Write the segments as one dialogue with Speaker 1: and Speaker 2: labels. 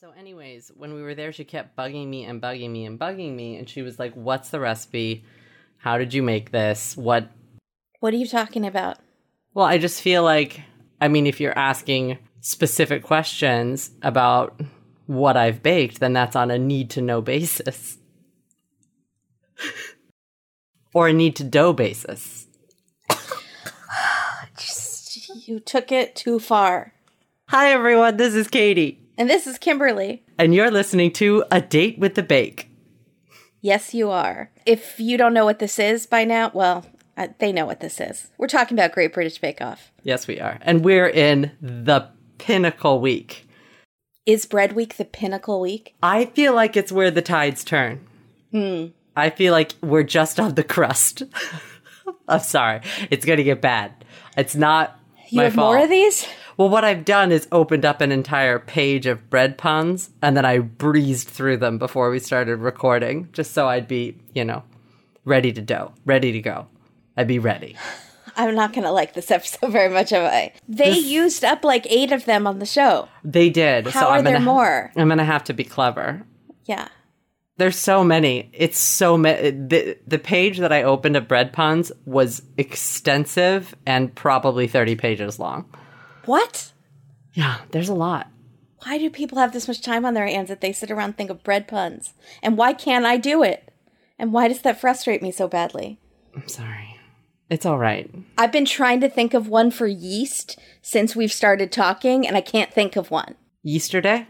Speaker 1: So, anyways, when we were there, she kept bugging me and bugging me and bugging me, and she was like, "What's the recipe? How did you make this? What?"
Speaker 2: What are you talking about?
Speaker 1: Well, I just feel like, I mean, if you're asking specific questions about what I've baked, then that's on a need to know basis. or a need to dough basis.
Speaker 2: Just, you took it too far.
Speaker 1: Hi, everyone. This is Katie,
Speaker 2: And this is Kimberly.
Speaker 1: and you're listening to A Date with the Bake.
Speaker 2: Yes, you are. If you don't know what this is by now, well, uh, they know what this is. We're talking about Great British Bake Off.
Speaker 1: Yes, we are. And we're in the pinnacle week.
Speaker 2: Is Bread Week the pinnacle week?
Speaker 1: I feel like it's where the tides turn.
Speaker 2: Hmm.
Speaker 1: I feel like we're just on the crust. I'm sorry. It's going to get bad. It's not
Speaker 2: You
Speaker 1: my
Speaker 2: have
Speaker 1: fault.
Speaker 2: more of these?
Speaker 1: Well, what I've done is opened up an entire page of bread puns and then I breezed through them before we started recording, just so I'd be, you know, ready to go, ready to go. I'd be ready.
Speaker 2: I'm not going to like this episode very much, am I? They used up like eight of them on the show.
Speaker 1: They did.
Speaker 2: How
Speaker 1: so
Speaker 2: are
Speaker 1: I'm
Speaker 2: there
Speaker 1: gonna,
Speaker 2: more?
Speaker 1: I'm going to have to be clever.
Speaker 2: Yeah.
Speaker 1: There's so many. It's so many. The, the page that I opened of bread puns was extensive and probably 30 pages long.
Speaker 2: What?
Speaker 1: Yeah, there's a lot.
Speaker 2: Why do people have this much time on their hands that they sit around and think of bread puns? And why can't I do it? And why does that frustrate me so badly?
Speaker 1: I'm sorry. It's all right.
Speaker 2: I've been trying to think of one for yeast since we've started talking, and I can't think of one.
Speaker 1: Yesterday?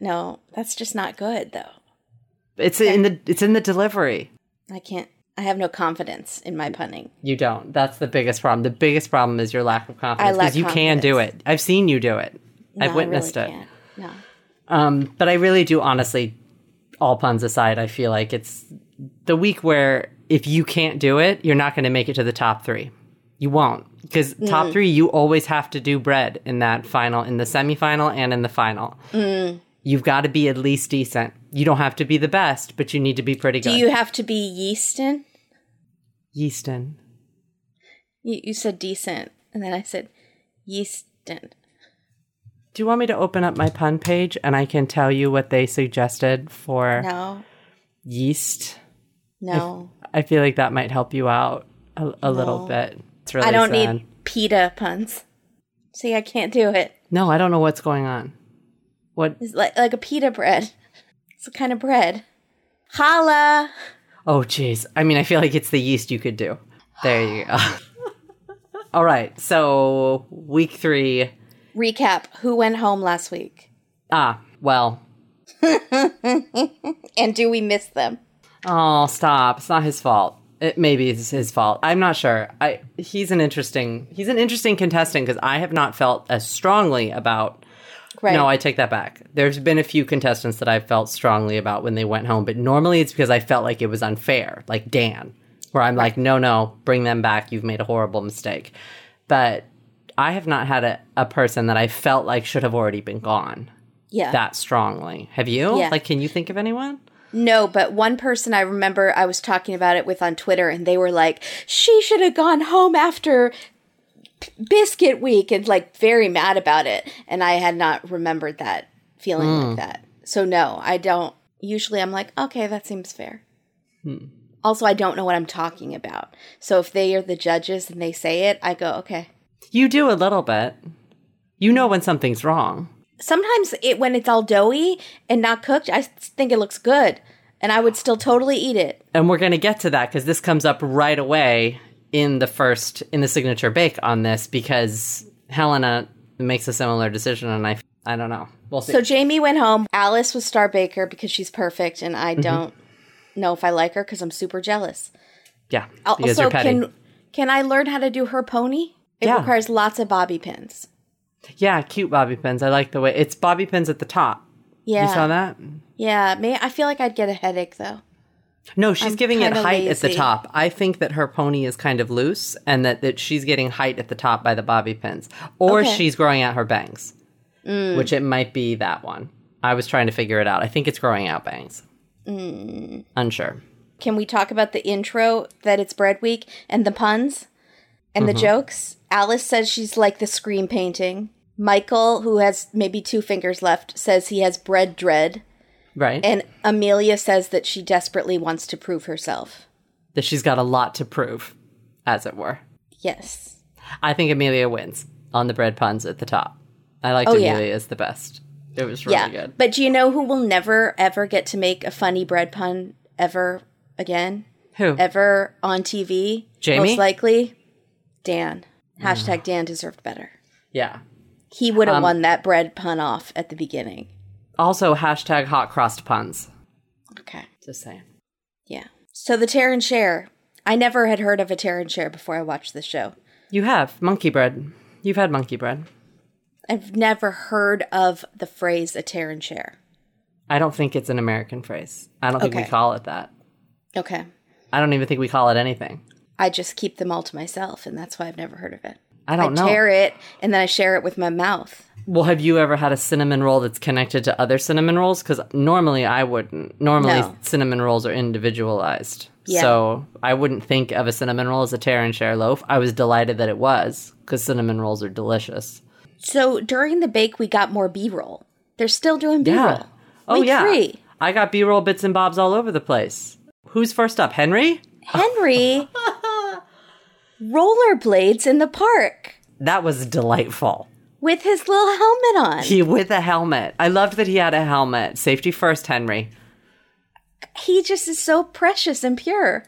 Speaker 2: No, that's just not good, though.
Speaker 1: It's in the it's in the delivery.
Speaker 2: I can't. I have no confidence in my punning.
Speaker 1: You don't. That's the biggest problem. The biggest problem is your lack of confidence
Speaker 2: lack
Speaker 1: because you can do it.
Speaker 2: confidence.
Speaker 1: I've seen you do it.
Speaker 2: No,
Speaker 1: I've witnessed
Speaker 2: I really
Speaker 1: it.
Speaker 2: Can't. No.
Speaker 1: Um, but I really do honestly all puns aside, I feel like it's the week where if you can't do it, you're not going to make it to the top 3. You won't because
Speaker 2: Mm.
Speaker 1: top 3 you always have to do bread in that final in the semifinal and in the final.
Speaker 2: Mm.
Speaker 1: You've got to be at least decent. You don't have to be the best, but you need to be pretty
Speaker 2: Do
Speaker 1: good.
Speaker 2: you have to be yeastin?
Speaker 1: Yeaston.
Speaker 2: You, you said decent, and then I said yeastin.
Speaker 1: Do you want me to open up my pun page and I can tell you what they suggested for
Speaker 2: No,
Speaker 1: yeast?
Speaker 2: no.
Speaker 1: I feel like that might help you out a, a little bit. It's really
Speaker 2: I don't
Speaker 1: sad.
Speaker 2: need pita puns. See, I can't do it.
Speaker 1: No, I don't know what's going on. What?
Speaker 2: It's like like a pita bread. It's a kind of bread. Holla!
Speaker 1: Oh, jeez. I mean, I feel like it's the yeast you could do. There you go. All right. So week three.
Speaker 2: Recap: Who went home last week,
Speaker 1: Ah, well.
Speaker 2: and do we miss them?
Speaker 1: Oh, stop. It's not his fault. It maybe it's his fault. I'm not sure. I he's an interesting he's an interesting contestant because I have not felt as strongly about
Speaker 2: Right.
Speaker 1: No, I take that back. There's been a few contestants that I felt strongly about when they went home, but normally it's because I felt like it was unfair, like Dan, where I'm like, no, no, bring them back. You've made a horrible mistake. But I have not had a, a person that I felt like should have already been gone
Speaker 2: yeah.
Speaker 1: that strongly. Have you?
Speaker 2: Yeah.
Speaker 1: Like, can you think of anyone?
Speaker 2: No, but one person I remember I was talking about it with on Twitter, and they were like, "She should have gone home after p- Biscuit Week," and like very mad about it. And I had not remembered that feeling
Speaker 1: Hmm.
Speaker 2: like that. So no, I don't. Usually, I'm like, okay, that seems fair.
Speaker 1: Hmm.
Speaker 2: Also, I don't know what I'm talking about. So if they are the judges and they say it, I go, okay.
Speaker 1: You do a little bit. You know when something's wrong.
Speaker 2: Sometimes it when it's all doughy and not cooked, I s- think it looks good, and I would still totally eat it.
Speaker 1: and we're going to get to that because this comes up right away in the first in the signature bake on this because Helena makes a similar decision, and I I don't know. We'll see.
Speaker 2: So Jamie went home. Alice was Star Baker because she's perfect, and
Speaker 1: Mm-hmm.
Speaker 2: I don't know if I like her because I'm super jealous.
Speaker 1: yeah,
Speaker 2: Al-
Speaker 1: because
Speaker 2: Also,
Speaker 1: you're petty.
Speaker 2: can can I learn how to do her pony? It
Speaker 1: Yeah.
Speaker 2: requires lots of bobby pins.
Speaker 1: yeah, cute bobby pins. I like the way it's bobby pins at the top.
Speaker 2: Yeah,
Speaker 1: You saw that?
Speaker 2: yeah. May I feel like I'd get a headache though.
Speaker 1: No, she's
Speaker 2: I'm
Speaker 1: giving it
Speaker 2: kinda
Speaker 1: height at the
Speaker 2: lazy.
Speaker 1: top. I think that her pony is kind of loose, and that that she's getting height at the top by the bobby pins, or
Speaker 2: Okay. Mm.
Speaker 1: she's growing out her bangs, which it might be that one. I was trying to figure it out. I think it's growing out bangs.
Speaker 2: Mm.
Speaker 1: Unsure.
Speaker 2: Can we talk about the intro that it's Bread Week
Speaker 1: Mm-hmm.
Speaker 2: and the puns and the jokes? Alice says she's like the screen painting. Michael, who has maybe two fingers left, says he has bread dread,
Speaker 1: right?
Speaker 2: and Amelia says that she desperately wants to prove herself.
Speaker 1: that she's got a lot to prove, as it were.
Speaker 2: Yes.
Speaker 1: I think Amelia wins on the bread puns at the top. I liked
Speaker 2: Oh, yeah.
Speaker 1: Amelia as the best. It was really
Speaker 2: yeah.
Speaker 1: good.
Speaker 2: But do you know who will never ever get to make a funny bread pun ever again?
Speaker 1: Who?
Speaker 2: Ever on TV?
Speaker 1: Jamie?
Speaker 2: Most likely Dan. Hashtag Dan deserved better.
Speaker 1: yeah.
Speaker 2: He would have
Speaker 1: Um,
Speaker 2: won that bread pun off at the beginning.
Speaker 1: Also, hashtag hot crossed puns.
Speaker 2: Okay.
Speaker 1: Just saying.
Speaker 2: Yeah. So the Terran share. I never had heard of a Terran share before I watched the show.
Speaker 1: You have monkey bread. You've had monkey bread.
Speaker 2: I've never heard of the phrase a Terran share.
Speaker 1: I don't think it's an American phrase. I don't think we
Speaker 2: Okay.
Speaker 1: call it that.
Speaker 2: Okay.
Speaker 1: I don't even think we call it anything.
Speaker 2: I just keep them all to myself, and that's why I've never heard of it.
Speaker 1: I don't know.
Speaker 2: tear it and then I share it with my mouth.
Speaker 1: Well, have you ever had a cinnamon roll that's connected to other cinnamon rolls? Because normally I wouldn't. Normally,
Speaker 2: No.
Speaker 1: cinnamon rolls are individualized.
Speaker 2: Yeah.
Speaker 1: So I wouldn't think of a cinnamon roll as a tear and share loaf. I was delighted that it was because cinnamon rolls are delicious.
Speaker 2: So during the bake, we got more B roll. They're still doing B roll.
Speaker 1: Oh,
Speaker 2: Week
Speaker 1: yeah.
Speaker 2: three.
Speaker 1: I got B roll bits and bobs all over the place. Who's first up? Henry?
Speaker 2: Henry rollerblades in the park
Speaker 1: That was delightful.
Speaker 2: with his little helmet on.
Speaker 1: He with a helmet. I loved that he had a helmet. Safety first, Henry.
Speaker 2: He just is so precious and pure.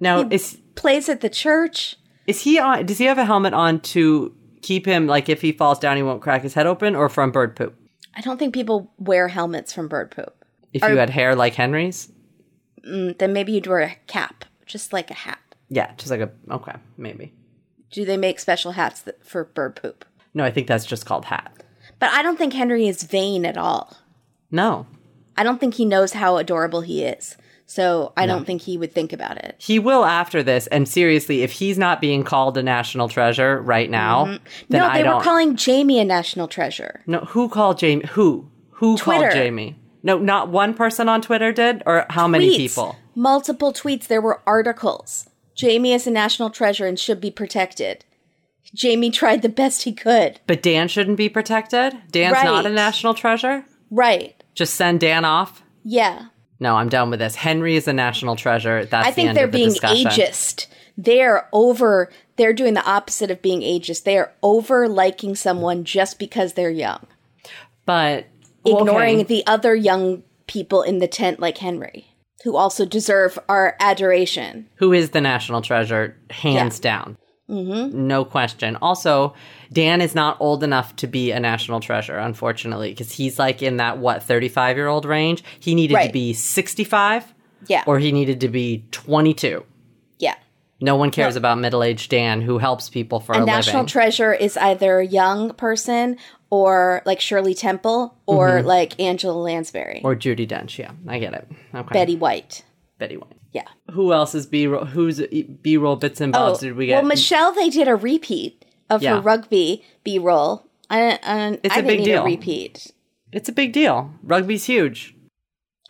Speaker 1: Now, is
Speaker 2: Plays at the church.
Speaker 1: Is he on? Does he have a helmet on to keep him like if he falls down, he won't crack his head open, or from bird poop?
Speaker 2: I don't think people wear helmets from bird poop.
Speaker 1: If you had hair like Henry's,
Speaker 2: Then maybe you'd wear a cap, just like a hat.
Speaker 1: yeah, just like a okay, maybe.
Speaker 2: Do they make special hats that, for bird poop?
Speaker 1: No, I think that's just called hat.
Speaker 2: But I don't think Henry is vain at all.
Speaker 1: No,
Speaker 2: I don't think he knows how adorable he is. So I don't think he would think about it.
Speaker 1: he will after this. And seriously, if he's not being called a national treasure right now, then
Speaker 2: Mm-hmm. no,
Speaker 1: I
Speaker 2: they
Speaker 1: don't.
Speaker 2: were calling Jamie a national treasure.
Speaker 1: no, who called Jamie? Who who
Speaker 2: Twitter.
Speaker 1: called Jamie? No, not one person on Twitter did, or how many
Speaker 2: Tweets,
Speaker 1: people?
Speaker 2: Multiple tweets. There were articles. Jamie is a national treasure and should be protected. Jamie tried the best he could.
Speaker 1: But Dan shouldn't be protected. Dan's
Speaker 2: Right.
Speaker 1: not a national treasure.
Speaker 2: Right.
Speaker 1: Just send Dan off.
Speaker 2: Yeah.
Speaker 1: No, I'm done with this. Henry is a national treasure. That's
Speaker 2: I
Speaker 1: the
Speaker 2: think
Speaker 1: end
Speaker 2: they're
Speaker 1: of the
Speaker 2: being
Speaker 1: discussion.
Speaker 2: ageist. They're over. They're doing the opposite of being ageist. They are over liking someone just because they're young,
Speaker 1: but
Speaker 2: ignoring
Speaker 1: okay.
Speaker 2: the other young people in the tent, like Henry, who also deserve our adoration.
Speaker 1: who is the national treasure, hands down, mm-hmm. no question. Also, Dan is not old enough to be a national treasure, unfortunately, because he's like in that what 35 year old range. He needed to
Speaker 2: Right.
Speaker 1: be 65,
Speaker 2: Yeah.
Speaker 1: or he needed to be 22.
Speaker 2: yeah.
Speaker 1: No one cares about middle aged Dan who helps people for a,
Speaker 2: A national
Speaker 1: living.
Speaker 2: treasure is either a young person or like Shirley Temple or like Angela Lansbury,
Speaker 1: Mm-hmm. or Judy Dench, yeah, I get it. Okay,
Speaker 2: Betty White.
Speaker 1: Betty White.
Speaker 2: Yeah. Oh,
Speaker 1: Who else is B roll? Who's B roll bits and bobs? Oh, did we get?
Speaker 2: well, Michelle, they did a repeat of
Speaker 1: Yeah.
Speaker 2: her rugby B roll. I, I,
Speaker 1: It's
Speaker 2: I
Speaker 1: a
Speaker 2: didn't
Speaker 1: big
Speaker 2: need
Speaker 1: deal.
Speaker 2: a repeat.
Speaker 1: It's a big deal. Rugby's huge.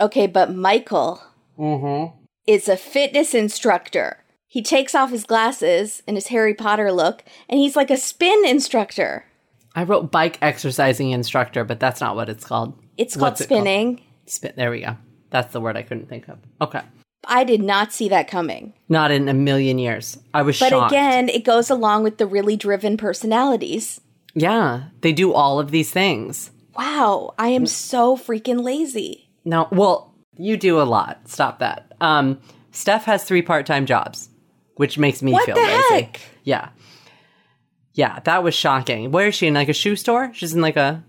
Speaker 2: Okay, but Michael
Speaker 1: Mm-hmm.
Speaker 2: is a fitness instructor. He takes off his glasses and his Harry Potter look, and he's like a spin instructor.
Speaker 1: I wrote bike exercising instructor, but that's not what it's called.
Speaker 2: It's called
Speaker 1: What's it called?
Speaker 2: spinning.
Speaker 1: Spit. There we go. That's the word I couldn't think of. Okay.
Speaker 2: I did not see that coming.
Speaker 1: Not in a million years. I was
Speaker 2: But
Speaker 1: shocked.
Speaker 2: again, it goes along with the really driven personalities.
Speaker 1: yeah, they do all of these things.
Speaker 2: Wow, I
Speaker 1: Mm.
Speaker 2: am so freaking lazy.
Speaker 1: No, well, you do a lot. Stop that. Um, Steph has three part-time jobs, which makes me
Speaker 2: What
Speaker 1: feel
Speaker 2: the
Speaker 1: lazy.
Speaker 2: heck?
Speaker 1: Yeah, yeah, that was shocking. Where is she in like a shoe store? She's in like a.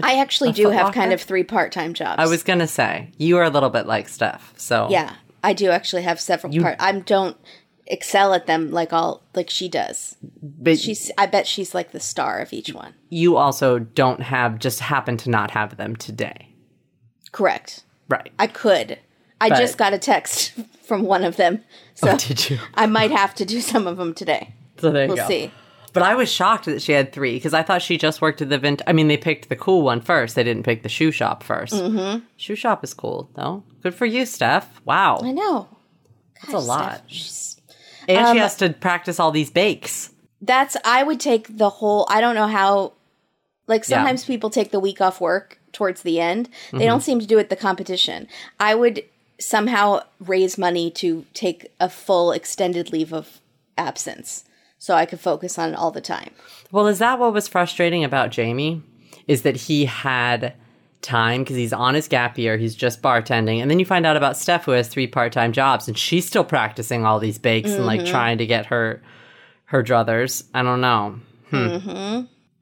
Speaker 2: I actually do
Speaker 1: Foot
Speaker 2: have
Speaker 1: Locker?
Speaker 2: kind of three part time jobs.
Speaker 1: I was gonna say you are a little bit like Steph. So
Speaker 2: Yeah, I do actually have several part. I don't excel at them like all like she does.
Speaker 1: but
Speaker 2: She's. I bet she's like the star of each one.
Speaker 1: you also don't have just happen to not have them today.
Speaker 2: Correct.
Speaker 1: Right.
Speaker 2: I could. I
Speaker 1: But-
Speaker 2: just got a text from one of them, so
Speaker 1: Oh, did you?
Speaker 2: I might have to do some of them today.
Speaker 1: So there you
Speaker 2: We'll
Speaker 1: go.
Speaker 2: see.
Speaker 1: But I was shocked that she had three because I thought she just worked at the vent. I mean, they picked the cool one first. They didn't pick the shoe shop 1st Mm-hmm. Shoe shop is cool though. Good for you, Steph. Wow,
Speaker 2: I know.
Speaker 1: that's a lot.
Speaker 2: She's
Speaker 1: And
Speaker 2: Um,
Speaker 1: she has to practice all these bakes.
Speaker 2: That's I would take the whole I don't know how Like sometimes people take the week off work towards the end. They
Speaker 1: Mhm.
Speaker 2: don't seem to do it the competition. I would somehow raise money to take a full extended leave of absence so I could focus on it all the time.
Speaker 1: Well, is that what was frustrating about Jamie? Is that he had time because he's on his gap year, he's just bartending, and then you find out about Steph who has three part time jobs and she's still practicing all these bakes and
Speaker 2: Mm-hmm.
Speaker 1: like trying to get her her druthers. I don't know. Hmm.
Speaker 2: Mm-hmm.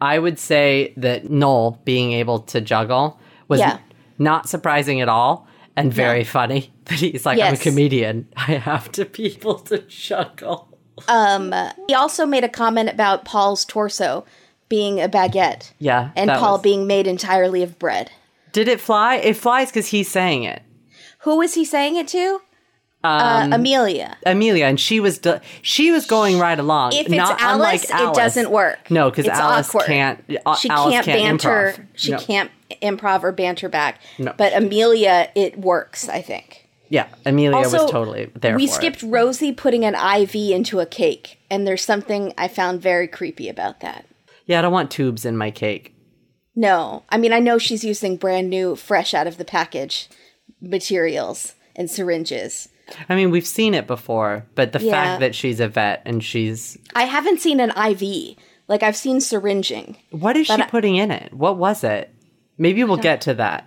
Speaker 1: I would say that Noel being able to juggle was
Speaker 2: Yeah.
Speaker 1: not surprising at all and very funny. But he's like, I'm a
Speaker 2: Yes.
Speaker 1: comedian. I have to be able to juggle.
Speaker 2: He also made a comment about Paul's torso being a baguette.
Speaker 1: Yeah,
Speaker 2: And
Speaker 1: that
Speaker 2: Paul
Speaker 1: was-
Speaker 2: being made entirely of bread.
Speaker 1: Did it fly? It flies because he's saying it.
Speaker 2: Who was he saying it to?
Speaker 1: Um,
Speaker 2: uh, Amelia.
Speaker 1: Amelia, and she was de- she was going right along.
Speaker 2: If it's
Speaker 1: not
Speaker 2: Alice,
Speaker 1: unlike Alice.
Speaker 2: it doesn't work.
Speaker 1: No, because
Speaker 2: It's
Speaker 1: Alice
Speaker 2: awkward.
Speaker 1: can't. A-
Speaker 2: She
Speaker 1: Alice
Speaker 2: can't, banter.
Speaker 1: improv.
Speaker 2: She
Speaker 1: No.
Speaker 2: can't improv or banter back.
Speaker 1: No.
Speaker 2: But Amelia, it works. I think.
Speaker 1: Yeah, Amelia
Speaker 2: Also,
Speaker 1: was totally there.
Speaker 2: we
Speaker 1: for it.
Speaker 2: skipped Rosie putting an IV into a cake, and there's something I found very creepy about that.
Speaker 1: Yeah, I don't want tubes in my cake.
Speaker 2: No, I mean I know she's using brand new, fresh out of the package materials and syringes.
Speaker 1: I mean, we've seen it before, but the
Speaker 2: Yeah.
Speaker 1: fact that she's a vet and she's
Speaker 2: I haven't seen an IV. Like I've seen syringing.
Speaker 1: what is she
Speaker 2: I-
Speaker 1: putting in it? What was it? Maybe we'll get to that.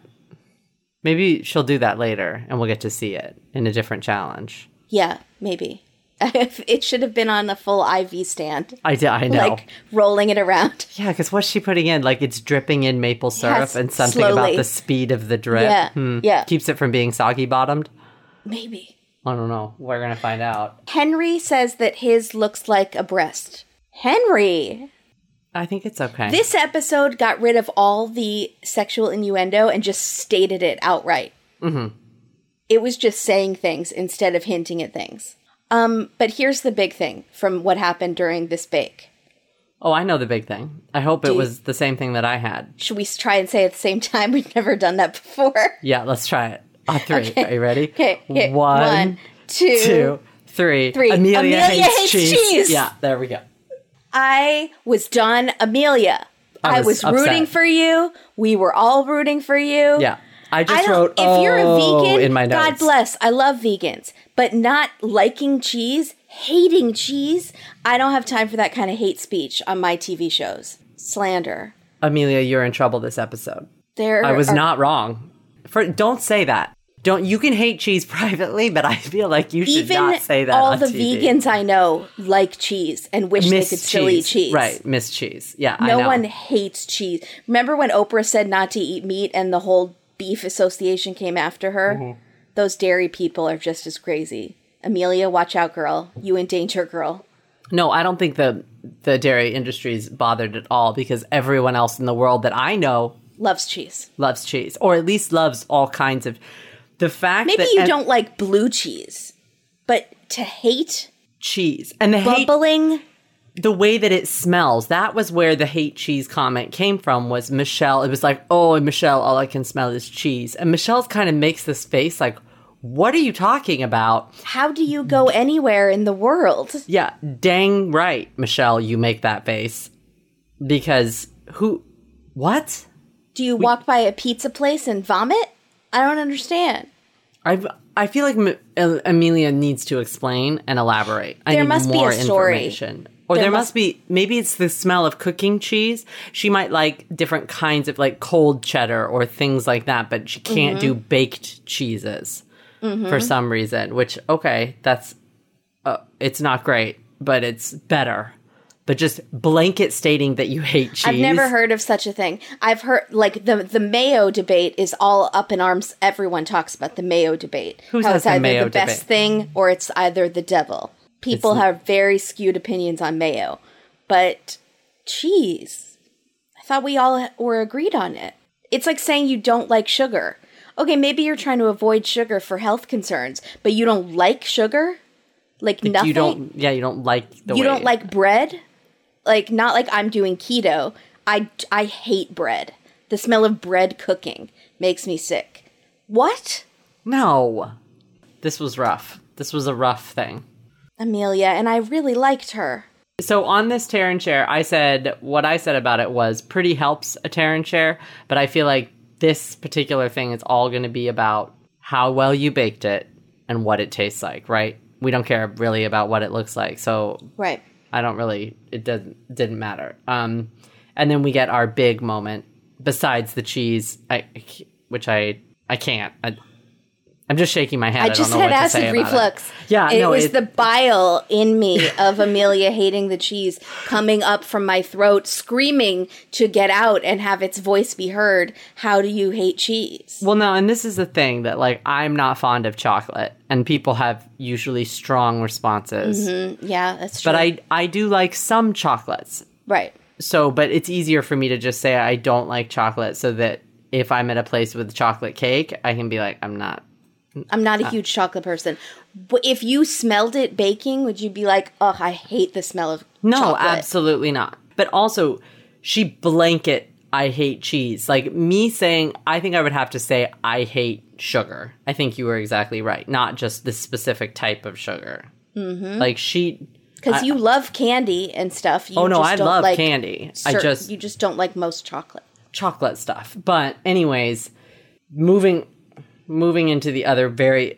Speaker 1: Maybe she'll do that later, and we'll get to see it in a different challenge.
Speaker 2: Yeah, maybe. it should have been on a full IV stand,
Speaker 1: I, d- I know.
Speaker 2: like rolling it around.
Speaker 1: Yeah, because what's she putting in? Like it's dripping in maple syrup
Speaker 2: Yes,
Speaker 1: and something about
Speaker 2: slowly.
Speaker 1: the speed of the drip. Hmm.
Speaker 2: Yeah, yeah.
Speaker 1: Keeps it from being soggy bottomed.
Speaker 2: Maybe.
Speaker 1: I don't know. We're gonna find out.
Speaker 2: Henry says that his looks like a breast. Henry!
Speaker 1: I think it's okay.
Speaker 2: This episode got rid of all the sexual innuendo and just stated it outright. Mm-hmm. It was just saying things instead of hinting at things. Um, but here's the big thing from what happened during this bake.
Speaker 1: oh, I know the big thing. I hope it
Speaker 2: you-
Speaker 1: was the same thing that I had.
Speaker 2: Should we s- try and say it at the same time? We've never done that before.
Speaker 1: Yeah, let's try it. On three. Are you ready?
Speaker 2: Okay. okay.
Speaker 1: One,
Speaker 2: One, two,
Speaker 1: two, three.
Speaker 2: three.
Speaker 1: Amelia,
Speaker 2: Amelia
Speaker 1: hates,
Speaker 2: hates
Speaker 1: cheese.
Speaker 2: cheese.
Speaker 1: Yeah, there we go.
Speaker 2: I was done, Amelia.
Speaker 1: I
Speaker 2: I
Speaker 1: was
Speaker 2: was,
Speaker 1: upset.
Speaker 2: rooting for you. We were all rooting for you.
Speaker 1: Yeah. I
Speaker 2: I
Speaker 1: just
Speaker 2: don't,
Speaker 1: wrote
Speaker 2: if you're
Speaker 1: "Oh,"
Speaker 2: a vegan,
Speaker 1: in my notes.
Speaker 2: God bless. I love vegans, but not liking cheese, hating cheese. I don't have time for that kind of hate speech on my TV shows. Slander.
Speaker 1: Amelia, you're in trouble this episode.
Speaker 2: There
Speaker 1: I was
Speaker 2: are-
Speaker 1: not wrong. For don't say that. Don't you can hate cheese privately, but I feel like you should
Speaker 2: even
Speaker 1: not say that.
Speaker 2: all
Speaker 1: on
Speaker 2: the
Speaker 1: TV.
Speaker 2: vegans I know like cheese and wish
Speaker 1: miss
Speaker 2: they could still eat cheese.
Speaker 1: right? Miss cheese. Yeah, I
Speaker 2: No
Speaker 1: know.
Speaker 2: one hates cheese. Remember when Oprah said not to eat meat and the whole beef association came after her? Those dairy people are just as crazy. Amelia, watch out, girl. You in danger, girl.
Speaker 1: No, I don't think the the dairy industry's bothered at all because everyone else in the world that I know
Speaker 2: Loves cheese.
Speaker 1: loves cheese, or at least loves all kinds of. The fact
Speaker 2: Maybe
Speaker 1: that
Speaker 2: you
Speaker 1: and
Speaker 2: don't like blue cheese, but to hate
Speaker 1: cheese and the hate
Speaker 2: bubbling.
Speaker 1: the way that it smells that was where the hate cheese comment came from was michelle it was like oh and michelle all i can smell is cheese and michelle's kind of makes this face like what are you talking about
Speaker 2: How do you go anywhere in the world?
Speaker 1: yeah dang right michelle you make that face because who what
Speaker 2: Do you walk by a pizza place and vomit? I don't understand.
Speaker 1: i i feel like M- Am- amelia needs to explain and elaborate I
Speaker 2: There
Speaker 1: need
Speaker 2: must be
Speaker 1: more
Speaker 2: a story.
Speaker 1: information or there,
Speaker 2: There
Speaker 1: must
Speaker 2: must-
Speaker 1: be maybe it's the smell of cooking cheese. She might like different kinds of like cold cheddar or things like that, but she can't do
Speaker 2: Mm-hmm.
Speaker 1: baked cheeses for some reason. Which okay, that's uh, it's not great, but it's better. But just blanket stating that you hate cheese.
Speaker 2: I've never heard of such a thing. I've heard like the the mayo debate is all up in arms. Everyone talks about the mayo debate.
Speaker 1: Who
Speaker 2: How
Speaker 1: says
Speaker 2: it's
Speaker 1: the
Speaker 2: either
Speaker 1: mayo
Speaker 2: the best
Speaker 1: debate?
Speaker 2: thing or it's either the devil. People
Speaker 1: It's-
Speaker 2: have very skewed opinions on mayo, but cheese. I thought we all were agreed on it. It's like saying you don't like sugar. Okay, maybe you're trying to avoid sugar for health concerns, but you don't like sugar. Like nothing
Speaker 1: you don't. Yeah, you don't like the
Speaker 2: you
Speaker 1: way
Speaker 2: don't like bread like not like i'm doing keto i i hate bread the smell of bread cooking makes me sick what
Speaker 1: No, this was rough. This was a rough thing.
Speaker 2: amelia and i really liked her
Speaker 1: So on this Terran chair, I said what I said about it was pretty helps a Terran chair, but I feel like this particular thing is all going to be about how well you baked it and what it tastes like, right? We don't care really about what it looks like. So
Speaker 2: Right.
Speaker 1: I don't really it doesn't didn't matter. Um, and then we get our big moment besides the cheese, I, I c- which I I can't. I, I'm just shaking my head. I,
Speaker 2: I just
Speaker 1: don't know
Speaker 2: had
Speaker 1: what to say
Speaker 2: acid
Speaker 1: about it.
Speaker 2: reflux.
Speaker 1: Yeah,
Speaker 2: it
Speaker 1: no,
Speaker 2: was
Speaker 1: it-
Speaker 2: the bile in me of Amelia hating the cheese coming up from my throat, screaming to get out and have its voice be heard. How do you hate cheese?
Speaker 1: Well, no, and this is the thing that like I'm not fond of chocolate, and people have usually strong responses.
Speaker 2: Yeah, that's true.
Speaker 1: But I I do like some chocolates.
Speaker 2: right.
Speaker 1: So, but it's easier for me to just say I don't like chocolate, so that if I'm at a place with chocolate cake, I can be like I'm not.
Speaker 2: I'm not
Speaker 1: Ah.
Speaker 2: a huge chocolate person. But if you smelled it baking, would you be like, "Oh, I hate the smell of
Speaker 1: No,
Speaker 2: chocolate."
Speaker 1: absolutely not. But also, she blanket I hate cheese. Like me saying, I think I would have to say I hate sugar. I think you were exactly right. Not just this specific type of sugar. Mm-hmm. Like she
Speaker 2: Because you love candy and stuff. You
Speaker 1: Oh no,
Speaker 2: just
Speaker 1: I
Speaker 2: don't
Speaker 1: love
Speaker 2: like
Speaker 1: candy. I
Speaker 2: cer-
Speaker 1: just
Speaker 2: you just don't like most chocolate.
Speaker 1: chocolate stuff. But anyways, moving moving into the other very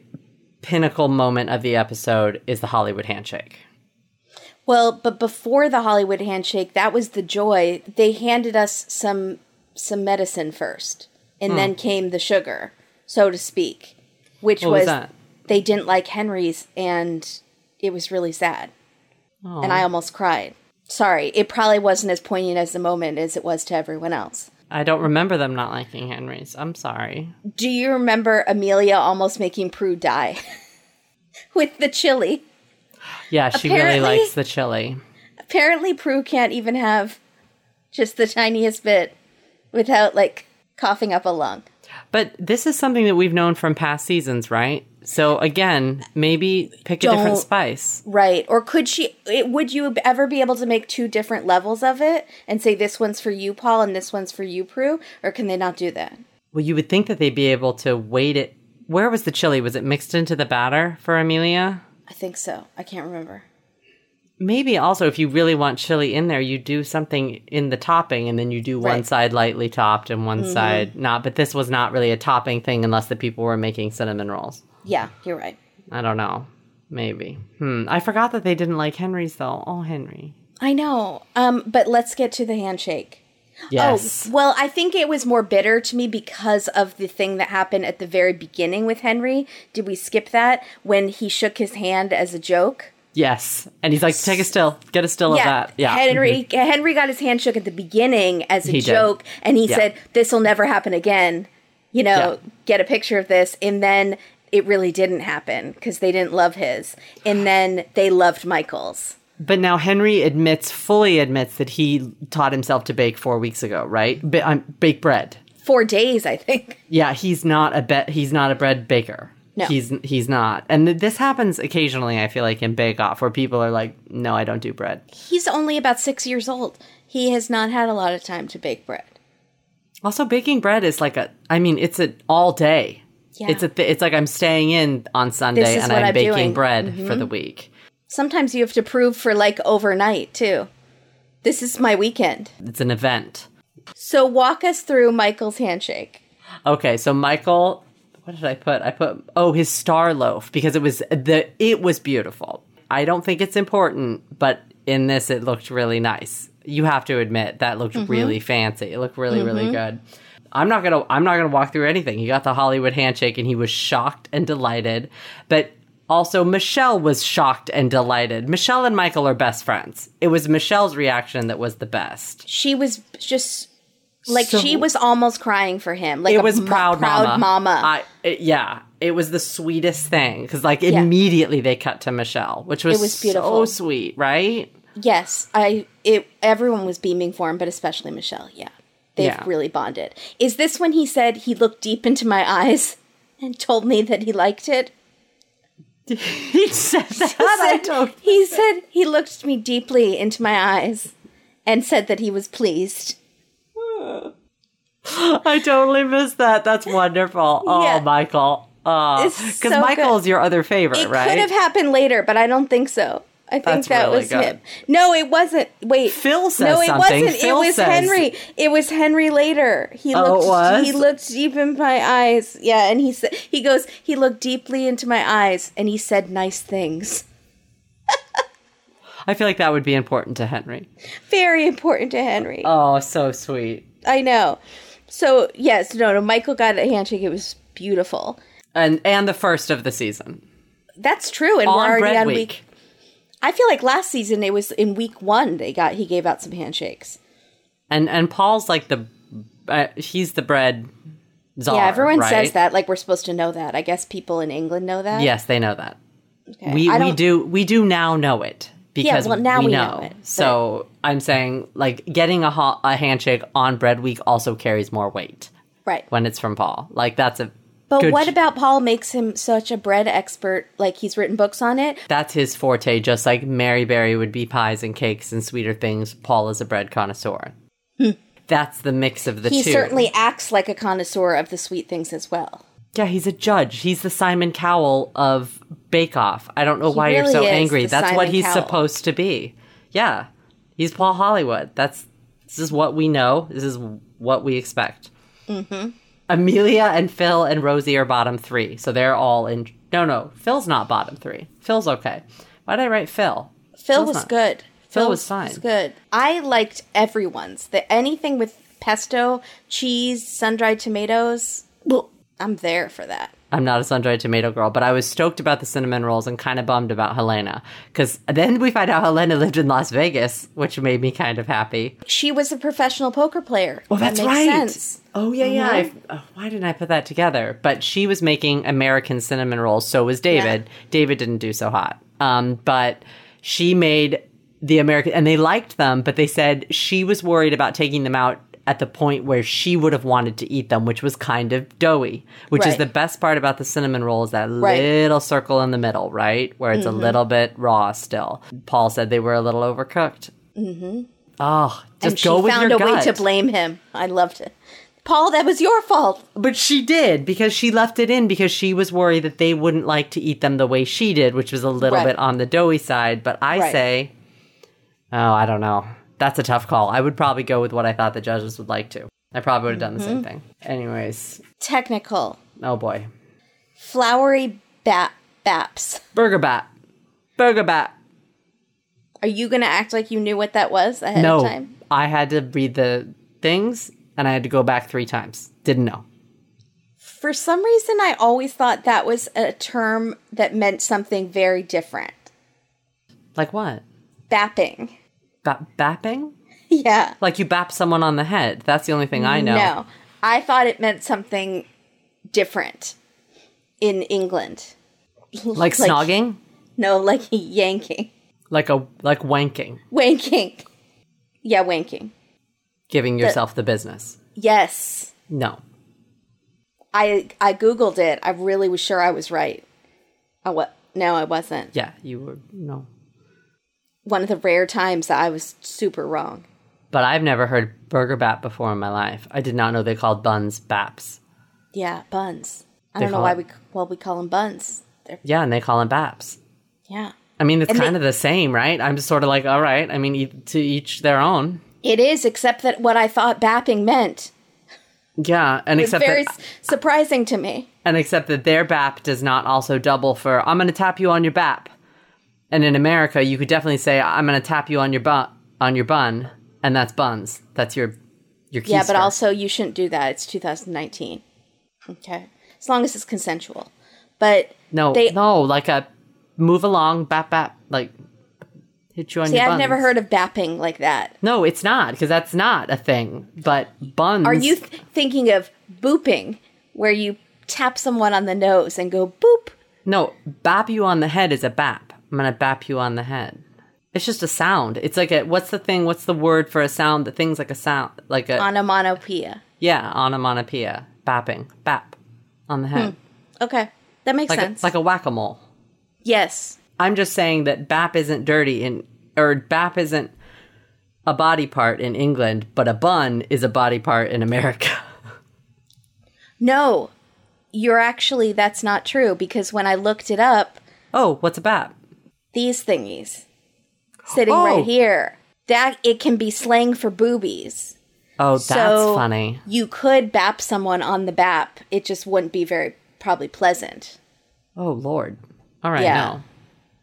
Speaker 1: pinnacle moment of the episode is the Hollywood handshake.
Speaker 2: Well, but before the Hollywood handshake, that was the joy. They handed us some some medicine first,
Speaker 1: Hmm.
Speaker 2: and then came the sugar, so to speak, which
Speaker 1: What was that?
Speaker 2: they didn't like Henry's, and it was really sad. And I almost cried. Sorry, it probably wasn't as poignant as the moment as it was to everyone else.
Speaker 1: I don't remember them not liking Henry's. I'm sorry.
Speaker 2: Do you remember Amelia almost making Prue die with the chili?
Speaker 1: Yeah, she
Speaker 2: Apparently-
Speaker 1: really likes the chili.
Speaker 2: apparently Prue can't even have just the tiniest bit without like coughing up a lung.
Speaker 1: But this is something that we've known from past seasons, right? So again, maybe pick a
Speaker 2: Don't-
Speaker 1: different spice.
Speaker 2: Right. Or could she it, would you ever be able to make two different levels of it and say this one's for you Paul and this one's for you Prue or can they not do that?
Speaker 1: Well, you would think that they'd be able to wait it. Where was the chili? Was it mixed into the batter for Amelia?
Speaker 2: I think so. I can't remember.
Speaker 1: Maybe also if you really want chili in there, you do something in the topping and then you do one
Speaker 2: Right. Mm-hmm.
Speaker 1: side lightly topped and one side not. But this was not really a topping thing unless the people were making cinnamon rolls.
Speaker 2: Yeah, you're right.
Speaker 1: I don't know. Maybe. Hmm. I forgot that they didn't like Henry's though. Oh, Henry.
Speaker 2: I know. Um but let's get to the handshake.
Speaker 1: Yes.
Speaker 2: Oh, well, I think it was more bitter to me because of the thing that happened at the very beginning with Henry. Did we skip that when he shook his hand as a joke?
Speaker 1: Yes. And he's like, take a still. Get a still of that. Yeah. Mm-hmm.
Speaker 2: Henry Henry got his hand shook at the beginning as a
Speaker 1: He did.
Speaker 2: joke and he
Speaker 1: Yeah.
Speaker 2: said this will never happen again. You know,
Speaker 1: Yeah.
Speaker 2: get a picture of this and then it really didn't happen cuz they didn't love his. And then they loved Michael's.
Speaker 1: But now Henry admits, fully admits that he taught himself to bake four weeks ago, right? Ba- um, bake bread.
Speaker 2: 4 days, I think.
Speaker 1: Yeah, he's not a bet. He's not a bread baker.
Speaker 2: No.
Speaker 1: he's he's not. And th- this happens occasionally. I feel like in Bake Off, where people are like, "No, I don't do bread."
Speaker 2: He's only about 6 years old. He has not had a lot of time to bake bread.
Speaker 1: Also, baking bread is like a. I mean, it's an all day.
Speaker 2: Yeah.
Speaker 1: It's a. Th- it's like I'm staying in on Sunday
Speaker 2: is
Speaker 1: and
Speaker 2: what
Speaker 1: I'm,
Speaker 2: I'm
Speaker 1: baking
Speaker 2: doing. Mm-hmm.
Speaker 1: bread for the week.
Speaker 2: Sometimes you have to prove for like overnight too. This is my weekend.
Speaker 1: It's an event.
Speaker 2: So walk us through Michael's handshake.
Speaker 1: Okay, so Michael, what did I put? I put oh his star loaf because it was the it was beautiful. I don't think it's important, but in this it looked really nice. You have to admit that looked really fancy. It looked really really good. I'm not going to I'm not going to walk through anything. He got the Hollywood handshake and he was shocked and delighted, but also Michelle was shocked and delighted. Michelle and Michael are best friends. It was Michelle's reaction that was the best.
Speaker 2: She was just like
Speaker 1: So-
Speaker 2: she was almost crying for him. Like
Speaker 1: it
Speaker 2: a
Speaker 1: was
Speaker 2: mo-
Speaker 1: proud,
Speaker 2: proud mama.
Speaker 1: I, it- yeah, it was the sweetest thing because like immediately they cut to Michelle, which was,
Speaker 2: It was
Speaker 1: so
Speaker 2: beautiful.
Speaker 1: sweet, right?
Speaker 2: yes, I. It. Everyone was beaming for him, but especially Michelle. Yeah, they've
Speaker 1: Yeah.
Speaker 2: really bonded. Is this when he said he looked deep into my eyes and told me that he liked it?
Speaker 1: He said that. I don't.
Speaker 2: He said he looked me deeply into my eyes and said that he was pleased.
Speaker 1: I totally missed that. That's wonderful. Oh,
Speaker 2: Yeah.
Speaker 1: Michael. Because
Speaker 2: It's so
Speaker 1: Michael's your other favorite,
Speaker 2: It
Speaker 1: right?
Speaker 2: could have happened later, but I don't think so. I think
Speaker 1: That's
Speaker 2: that
Speaker 1: really
Speaker 2: was
Speaker 1: good.
Speaker 2: him. No, it wasn't. Wait,
Speaker 1: Phil says
Speaker 2: no, it
Speaker 1: something.
Speaker 2: wasn't.
Speaker 1: Phil
Speaker 2: it was
Speaker 1: says-
Speaker 2: Henry. It was Henry later. He
Speaker 1: Oh, it
Speaker 2: looked.
Speaker 1: was?
Speaker 2: He looked deep in my eyes. Yeah, and he said he goes. He looked deeply into my eyes, and he said nice things.
Speaker 1: I feel like that would be important to Henry.
Speaker 2: Very important to Henry.
Speaker 1: Oh, so sweet.
Speaker 2: I know. So yes, no, no. Michael got a handshake. It was beautiful.
Speaker 1: And and the first of the season.
Speaker 2: That's true. And we're
Speaker 1: On
Speaker 2: already
Speaker 1: Bread
Speaker 2: on
Speaker 1: Week.
Speaker 2: week I feel like last season it was in week one they got he gave out some handshakes.
Speaker 1: And and Paul's like the uh, he's the bread czar.
Speaker 2: yeah, everyone
Speaker 1: right?
Speaker 2: says that. Like we're supposed to know that. I guess people in England know that.
Speaker 1: Yes, they know that.
Speaker 2: Okay.
Speaker 1: We
Speaker 2: I
Speaker 1: we
Speaker 2: don't-
Speaker 1: do we do now know it because
Speaker 2: well, now
Speaker 1: we,
Speaker 2: we
Speaker 1: know.
Speaker 2: know it, but-
Speaker 1: so I'm saying like getting a ha- a handshake on bread week also carries more weight
Speaker 2: Right.
Speaker 1: when it's from Paul. Like that's a
Speaker 2: But
Speaker 1: good-
Speaker 2: what about Paul makes him such a bread expert? Like he's written books on it.
Speaker 1: that's his forte. Just like Mary Berry would be pies and cakes and sweeter things. Paul is a bread connoisseur. That's the mix of the
Speaker 2: Hmm. He
Speaker 1: two.
Speaker 2: certainly acts like a connoisseur of the sweet things as well.
Speaker 1: Yeah, he's a judge. He's the Simon Cowell of Bake Off. I don't know why you're
Speaker 2: really
Speaker 1: so
Speaker 2: is
Speaker 1: angry.
Speaker 2: the
Speaker 1: That's what
Speaker 2: Simon
Speaker 1: he's
Speaker 2: Cowell.
Speaker 1: supposed to be. Yeah. He's Paul Hollywood. That's this is what we know. This is what we expect. Mm-hmm. Amelia and Phil and Rosie are bottom three, so they're all in. No, no, Phil's not bottom three. Phil's okay. Why did I write Phil?
Speaker 2: Phil
Speaker 1: Phil's
Speaker 2: was
Speaker 1: not-
Speaker 2: good.
Speaker 1: Phil was fine.
Speaker 2: good. I liked everyone's. The anything with pesto, cheese, sun-dried tomatoes. I'm there for that.
Speaker 1: I'm not a sun-dried tomato girl, but I was stoked about the cinnamon rolls and kind of bummed about Helena because then we find out Helena lived in Las Vegas, which made me kind of happy.
Speaker 2: She was a professional poker player. Well, that makes sense. Uh-huh.
Speaker 1: Oh yeah, yeah. I- oh, why didn't I put that together? But she was making American cinnamon rolls. So was David. David didn't do so hot. Um, but she made the American, and they liked them. But they said she was worried about taking them out at the point where she would have wanted to eat them, which was kind of doughy. Which is
Speaker 2: Right.
Speaker 1: the best part about the cinnamon roll is that
Speaker 2: Right. Mm-hmm.
Speaker 1: little circle in the middle, right, where it's a little bit raw still. Paul said they were a little overcooked. Mm-hmm. Oh, just
Speaker 2: and
Speaker 1: go
Speaker 2: she
Speaker 1: with
Speaker 2: found
Speaker 1: your
Speaker 2: a way
Speaker 1: gut.
Speaker 2: to blame him. I loved it. Paul, that was your fault.
Speaker 1: But she did because she left it in because she was worried that they wouldn't like to eat them the way she did, which was a little
Speaker 2: Right.
Speaker 1: bit on the doughy side. But I
Speaker 2: Right.
Speaker 1: say, oh, I don't know. That's a tough call. I would probably go with what I thought the judges would like to. I probably would have done the
Speaker 2: Mm-hmm.
Speaker 1: same thing. Anyways,
Speaker 2: Technical.
Speaker 1: oh boy.
Speaker 2: Flowery bat baps.
Speaker 1: Burger Bat. Burger Bat.
Speaker 2: Are you gonna act like you knew what that was ahead of
Speaker 1: No,
Speaker 2: time?
Speaker 1: I had to read the things and I had to go back three times. Didn't know.
Speaker 2: For some reason I always thought that was a term that meant something very different.
Speaker 1: Like what?
Speaker 2: Bapping.
Speaker 1: Ba- bapping?
Speaker 2: Yeah.
Speaker 1: Like you bap someone on the head. That's the only thing I know.
Speaker 2: No. I thought it meant something different in England.
Speaker 1: Like, snogging?
Speaker 2: No, like yanking.
Speaker 1: like a like wanking,
Speaker 2: Wanking. Yeah, wanking.
Speaker 1: giving yourself the business.
Speaker 2: Yes.
Speaker 1: No.
Speaker 2: I I googled it. I really was sure I was right. I what? No, I wasn't.
Speaker 1: Yeah, you were no.
Speaker 2: One of the rare times that I was super wrong.
Speaker 1: But I've never heard burger bat before in my life. I did not know they called buns baps.
Speaker 2: Yeah, buns. I
Speaker 1: They
Speaker 2: don't know
Speaker 1: call
Speaker 2: why
Speaker 1: it-
Speaker 2: we well we call them buns. They're,
Speaker 1: Yeah, and they call them baps.
Speaker 2: yeah,
Speaker 1: I mean, it's
Speaker 2: And they-
Speaker 1: kind of the same, right? I'm just sort of like, all right. I mean, e- to each their own.
Speaker 2: it is. Except that what I thought bapping meant
Speaker 1: Yeah, and
Speaker 2: was
Speaker 1: except
Speaker 2: very
Speaker 1: that,
Speaker 2: s- surprising to me.
Speaker 1: and except that their bap does not also double for I'm going to tap you on your bap. And in America, you could definitely say I'm going to tap you on your bun on your bun, and that's buns. That's your your
Speaker 2: Yeah, but
Speaker 1: keister.
Speaker 2: also you shouldn't do that. It's 2019. Okay, as long as it's consensual. But
Speaker 1: No,
Speaker 2: They-
Speaker 1: no, like a move along, bap bap, like hit you on
Speaker 2: see,
Speaker 1: your
Speaker 2: I've
Speaker 1: buns.
Speaker 2: never heard of bapping like that.
Speaker 1: No, it's not because that's not a thing. But buns.
Speaker 2: Are you th- thinking of booping, where you tap someone on the nose and go boop?
Speaker 1: No, bap you on the head is a bap. I'm gonna bap you on the head. It's just a sound. It's like a what's the thing? What's the word for a sound? The thing's like a sound, like a
Speaker 2: Onomatopoeia.
Speaker 1: yeah, onomatopoeia, bapping, bap on the head,
Speaker 2: Okay, that makes
Speaker 1: like a,
Speaker 2: Hmm, sense.
Speaker 1: like a whack a mole.
Speaker 2: yes,
Speaker 1: I'm just saying that BAP isn't dirty in or BAP isn't a body part in England, but a bun is a body part in America.
Speaker 2: no, you're actually that's not true because when I looked it up,
Speaker 1: Oh, what's a BAP?
Speaker 2: these thingies. sitting
Speaker 1: Oh.
Speaker 2: right here. That it can be slang for boobies.
Speaker 1: Oh, that's
Speaker 2: so
Speaker 1: funny.
Speaker 2: You could bap someone on the bap. It just wouldn't be very probably pleasant.
Speaker 1: Oh Lord. All right.
Speaker 2: Yeah.
Speaker 1: No.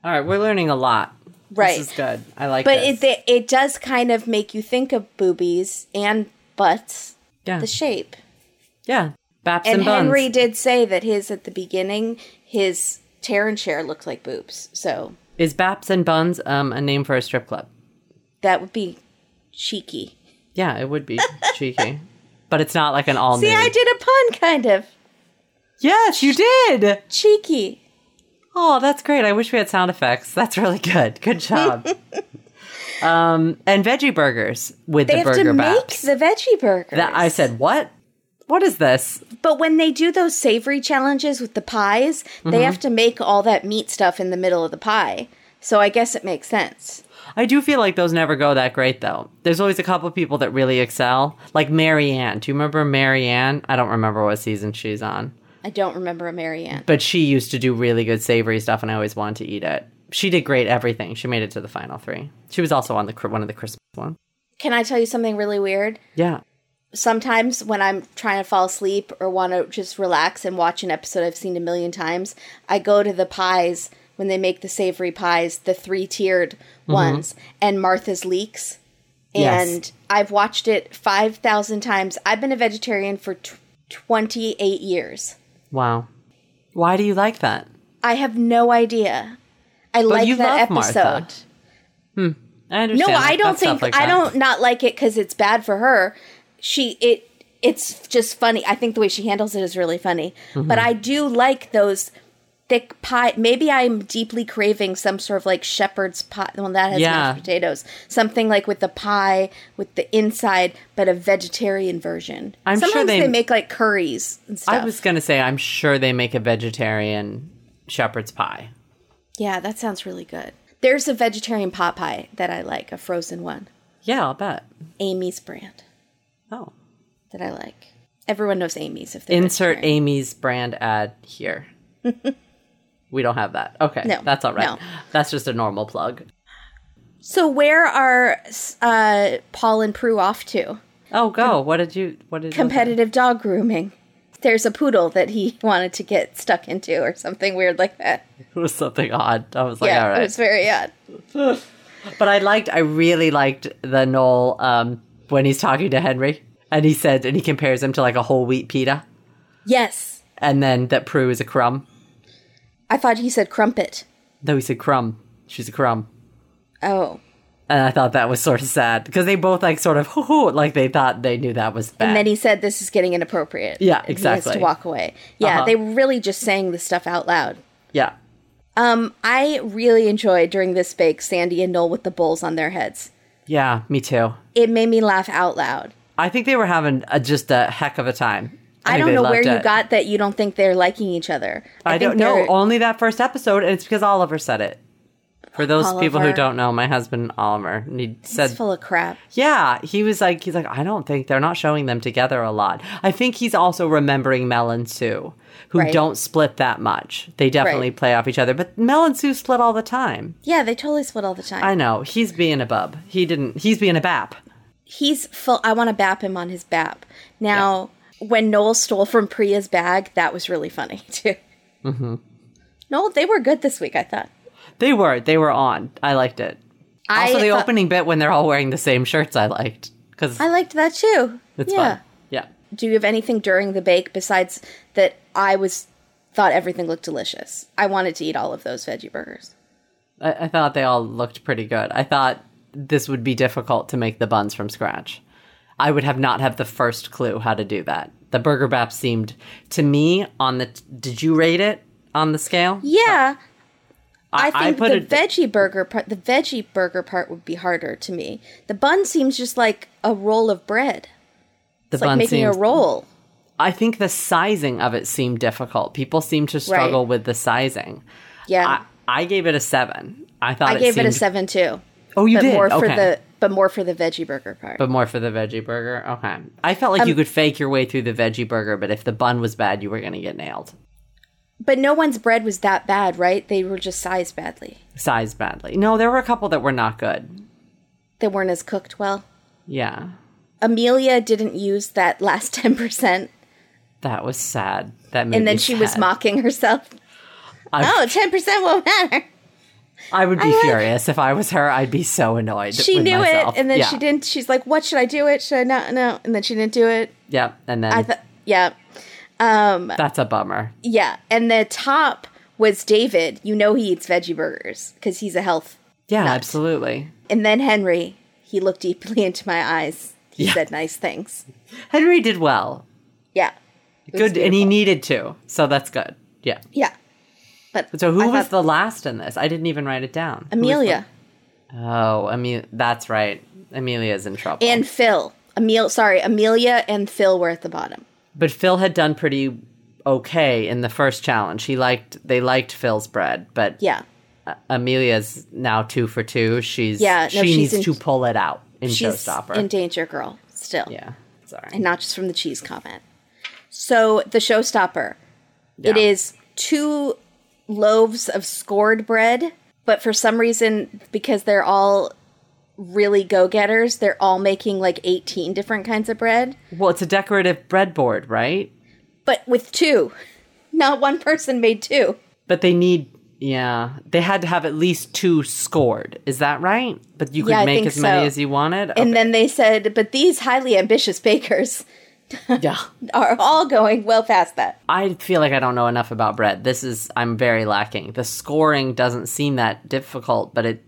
Speaker 1: All right. We're learning a lot.
Speaker 2: Right.
Speaker 1: This is good. I like.
Speaker 2: But
Speaker 1: this.
Speaker 2: it it it does kind of make you think of boobies and butts,
Speaker 1: yeah.
Speaker 2: the shape.
Speaker 1: yeah. Baps and,
Speaker 2: And
Speaker 1: buns.
Speaker 2: Henry did say that his at the beginning, his Terran chair looked like boobs. So
Speaker 1: is Baps and buns um, a name for a strip club?
Speaker 2: that would be cheeky.
Speaker 1: Yeah, it would be cheeky, but it's not like an all
Speaker 2: See,
Speaker 1: nude.
Speaker 2: I did a pun kind of.
Speaker 1: yes, you did.
Speaker 2: Cheeky.
Speaker 1: Oh, that's great. I wish we had sound effects. That's really good. Good job. um, and veggie burgers with
Speaker 2: They
Speaker 1: the
Speaker 2: have to
Speaker 1: burger
Speaker 2: make
Speaker 1: baps.
Speaker 2: the veggie burgers.
Speaker 1: That I said, what? What is this?
Speaker 2: But when they do those savory challenges with the pies,
Speaker 1: Mm-hmm.
Speaker 2: they have to make all that meat stuff in the middle of the pie. So I guess it makes sense.
Speaker 1: I do feel like those never go that great, though. There's always a couple people that really excel, like Marianne. Do you remember Marianne? I don't remember what season she's on,
Speaker 2: I don't remember a Marianne.
Speaker 1: but she used to do really good savory stuff, and I always wanted to eat it. She did great everything. She made it to the final three. She was also on the cri- one of the Christmas one.
Speaker 2: Can I tell you something really weird?
Speaker 1: Yeah.
Speaker 2: Sometimes when I'm trying to fall asleep or want to just relax and watch an episode I've seen a million times, I go to the pies when they make the savory pies, the three tiered ones, and Martha's Leeks.
Speaker 1: Mm-hmm. Yes.
Speaker 2: And I've watched it 5,000 times. I've been a vegetarian for tw 28 years.
Speaker 1: Wow. Why do you like that?
Speaker 2: I have no idea. I like
Speaker 1: you
Speaker 2: that
Speaker 1: love Martha.
Speaker 2: episode.
Speaker 1: I
Speaker 2: No,
Speaker 1: understand.
Speaker 2: I
Speaker 1: That's
Speaker 2: don't
Speaker 1: stuff
Speaker 2: think
Speaker 1: like
Speaker 2: I
Speaker 1: that.
Speaker 2: don't not like it because it's bad for her. She it it's just funny. I think the way she handles it is really funny.
Speaker 1: Mm-hmm.
Speaker 2: But I do like those thick pie. Maybe I'm deeply craving some sort of like shepherd's pie. Well, that has
Speaker 1: Yeah.
Speaker 2: mashed potatoes. Something like with the pie with the inside, but a vegetarian version.
Speaker 1: I'm sure
Speaker 2: Sometimes
Speaker 1: they-
Speaker 2: make like curries and stuff.
Speaker 1: I was gonna say I'm sure they make a vegetarian shepherd's pie.
Speaker 2: Yeah, that sounds really good. There's a vegetarian pot pie that I like, a frozen one.
Speaker 1: Yeah, I'll bet.
Speaker 2: Amy's brand
Speaker 1: Oh.
Speaker 2: that I like. Everyone knows Amy's if they
Speaker 1: Insert Amy's brand ad here. we don't have that. Okay.
Speaker 2: No,
Speaker 1: That's all right.
Speaker 2: no.
Speaker 1: That's just a normal plug.
Speaker 2: So where are uh, Paul and Prue off to?
Speaker 1: Oh go. what did you what did
Speaker 2: Competitive dog grooming. There's a poodle that he wanted to get stuck into or something weird like that.
Speaker 1: it was something odd. I was like,
Speaker 2: yeah,
Speaker 1: all
Speaker 2: it
Speaker 1: right.
Speaker 2: was very odd.
Speaker 1: But I liked, I really liked the Noel um, when he's talking to Henry, and he said, and he compares him to like a whole wheat pita,
Speaker 2: Yes,
Speaker 1: and then that Prue is a crumb.
Speaker 2: I thought he said crumpet.
Speaker 1: No, he said crumb. She's a crumb,
Speaker 2: Oh,
Speaker 1: and I thought that was sort of sad because they both like sort of hoo hoo, like they thought they knew that was bad.
Speaker 2: and then he said this is getting inappropriate.
Speaker 1: Yeah,
Speaker 2: And he has
Speaker 1: exactly.
Speaker 2: to walk away. Yeah,
Speaker 1: Uh-huh.
Speaker 2: they were really just saying this stuff out loud.
Speaker 1: yeah,
Speaker 2: Um, I really enjoyed during this bake Sandy and Noel with the bowls on their heads.
Speaker 1: yeah, me too.
Speaker 2: It made me laugh out loud.
Speaker 1: I think they were having a, just a heck of a time.
Speaker 2: I,
Speaker 1: think
Speaker 2: don't
Speaker 1: they
Speaker 2: know where
Speaker 1: loved
Speaker 2: you
Speaker 1: it.
Speaker 2: got that you don't think they're liking each other.
Speaker 1: I,
Speaker 2: think
Speaker 1: don't know.
Speaker 2: they're-
Speaker 1: Only that first episode, and it's because Oliver said it. For those people who
Speaker 2: Oliver.
Speaker 1: don't know, my husband Oliver, and he said
Speaker 2: It's full of crap.
Speaker 1: Yeah, he was like, he's like, I don't think they're not showing them together a lot. I think he's also remembering Mel and Sue, who
Speaker 2: Right.
Speaker 1: don't split that much. They definitely
Speaker 2: Right.
Speaker 1: play off each other, but Mel and Sue split all the time.
Speaker 2: Yeah, they totally split all the time.
Speaker 1: I know he's being a bub. He didn't. He's being a bap.
Speaker 2: He's full. I want to bap him on his bap. Now, when Noel stole from Priya's bag, that was really funny too. Mm-hmm. Noel, they were good this week. I thought.
Speaker 1: They were. They were on. I liked it. Also,
Speaker 2: I
Speaker 1: the
Speaker 2: thought-
Speaker 1: opening bit when they're all wearing the same shirts, I liked because
Speaker 2: I liked that too.
Speaker 1: it's
Speaker 2: yeah.
Speaker 1: fun. Yeah.
Speaker 2: Do you have anything during the bake besides that? I was thought everything looked delicious. I wanted to eat all of those veggie burgers.
Speaker 1: I, I thought they all looked pretty good. I thought this would be difficult to make the buns from scratch. I would have not have the first clue how to do that. The burger bap seemed to me on the. Did you rate it on the scale?
Speaker 2: Yeah, I think
Speaker 1: put
Speaker 2: the
Speaker 1: it.
Speaker 2: veggie burger part, the veggie burger part would be harder to me. The bun seems just like a roll of bread.
Speaker 1: the
Speaker 2: It's like making
Speaker 1: seems,
Speaker 2: a roll.
Speaker 1: I think the sizing of it seemed difficult. People seem to struggle with the sizing.
Speaker 2: Yeah,
Speaker 1: I, I gave it a seven. I thought
Speaker 2: I, gave
Speaker 1: seemed,
Speaker 2: it a seven too.
Speaker 1: Oh, you
Speaker 2: but
Speaker 1: did.
Speaker 2: more
Speaker 1: okay.
Speaker 2: for the but more for the veggie burger part.
Speaker 1: but more for the veggie burger. Okay,
Speaker 2: Um,
Speaker 1: I felt like you could fake your way through the veggie burger, but if the bun was bad, you were going to get nailed.
Speaker 2: But no one's bread was that bad, right? They were just sized badly.
Speaker 1: Sized badly. No, there were a couple that were not good.
Speaker 2: They weren't as cooked well.
Speaker 1: Yeah.
Speaker 2: Amelia didn't use that last 10%.
Speaker 1: That was sad. That made
Speaker 2: And then
Speaker 1: me
Speaker 2: she was
Speaker 1: sad.
Speaker 2: mocking herself.
Speaker 1: I-
Speaker 2: Oh, 10% won't matter.
Speaker 1: I would be
Speaker 2: like-
Speaker 1: furious if I was her. I'd be so annoyed.
Speaker 2: She
Speaker 1: with
Speaker 2: knew
Speaker 1: myself.
Speaker 2: it, and then
Speaker 1: Yeah.
Speaker 2: she didn't. She's like, "What should I do? It should I not? No." And then she didn't do it.
Speaker 1: Yeah, and then
Speaker 2: I thought, yeah,
Speaker 1: that's a bummer.
Speaker 2: yeah. And the top was David. You know he eats veggie burgers because he's a health.
Speaker 1: Yeah,
Speaker 2: Nut.
Speaker 1: absolutely.
Speaker 2: And then Henry, he looked deeply into my eyes. He
Speaker 1: Yeah.
Speaker 2: said nice things.
Speaker 1: Henry did well.
Speaker 2: Yeah, was
Speaker 1: Good, and he needed to, so that's good. Yeah.
Speaker 2: yeah. But
Speaker 1: So who
Speaker 2: I
Speaker 1: was
Speaker 2: thought
Speaker 1: the last in this? I didn't even write it down. Who was
Speaker 2: Amelia
Speaker 1: the- oh, Amelia. That's right. Amelia's in trouble.
Speaker 2: and Phil? Emil, sorry, Amelia and Phil were at the bottom.
Speaker 1: but Phil had done pretty okay in the first challenge. He liked they liked Phil's bread, but
Speaker 2: Yeah,
Speaker 1: uh, Amelia's now two for two. She's
Speaker 2: Yeah, no,
Speaker 1: she
Speaker 2: she's
Speaker 1: needs
Speaker 2: in-
Speaker 1: to pull it out in
Speaker 2: she's
Speaker 1: Showstopper.
Speaker 2: in danger, girl. Still,
Speaker 1: yeah, sorry.
Speaker 2: and not just from the cheese comment. So the showstopper, it
Speaker 1: Yeah.
Speaker 2: is two loaves of scored bread, but for some reason, because they're all really go-getters, they're all making like eighteen different kinds of bread,
Speaker 1: Well, it's a decorative breadboard, right?
Speaker 2: but with two. Not one person made two.
Speaker 1: But they need, yeah, they had to have at least two scored. Is that right? But you could
Speaker 2: Yeah, I
Speaker 1: make
Speaker 2: think
Speaker 1: as many
Speaker 2: so.
Speaker 1: as you wanted.
Speaker 2: And then they said, but these highly ambitious bakers
Speaker 1: Okay. yeah,
Speaker 2: are all going well past that.
Speaker 1: I feel like I don't know enough about bread. This is I'm very lacking. The scoring doesn't seem that difficult, but it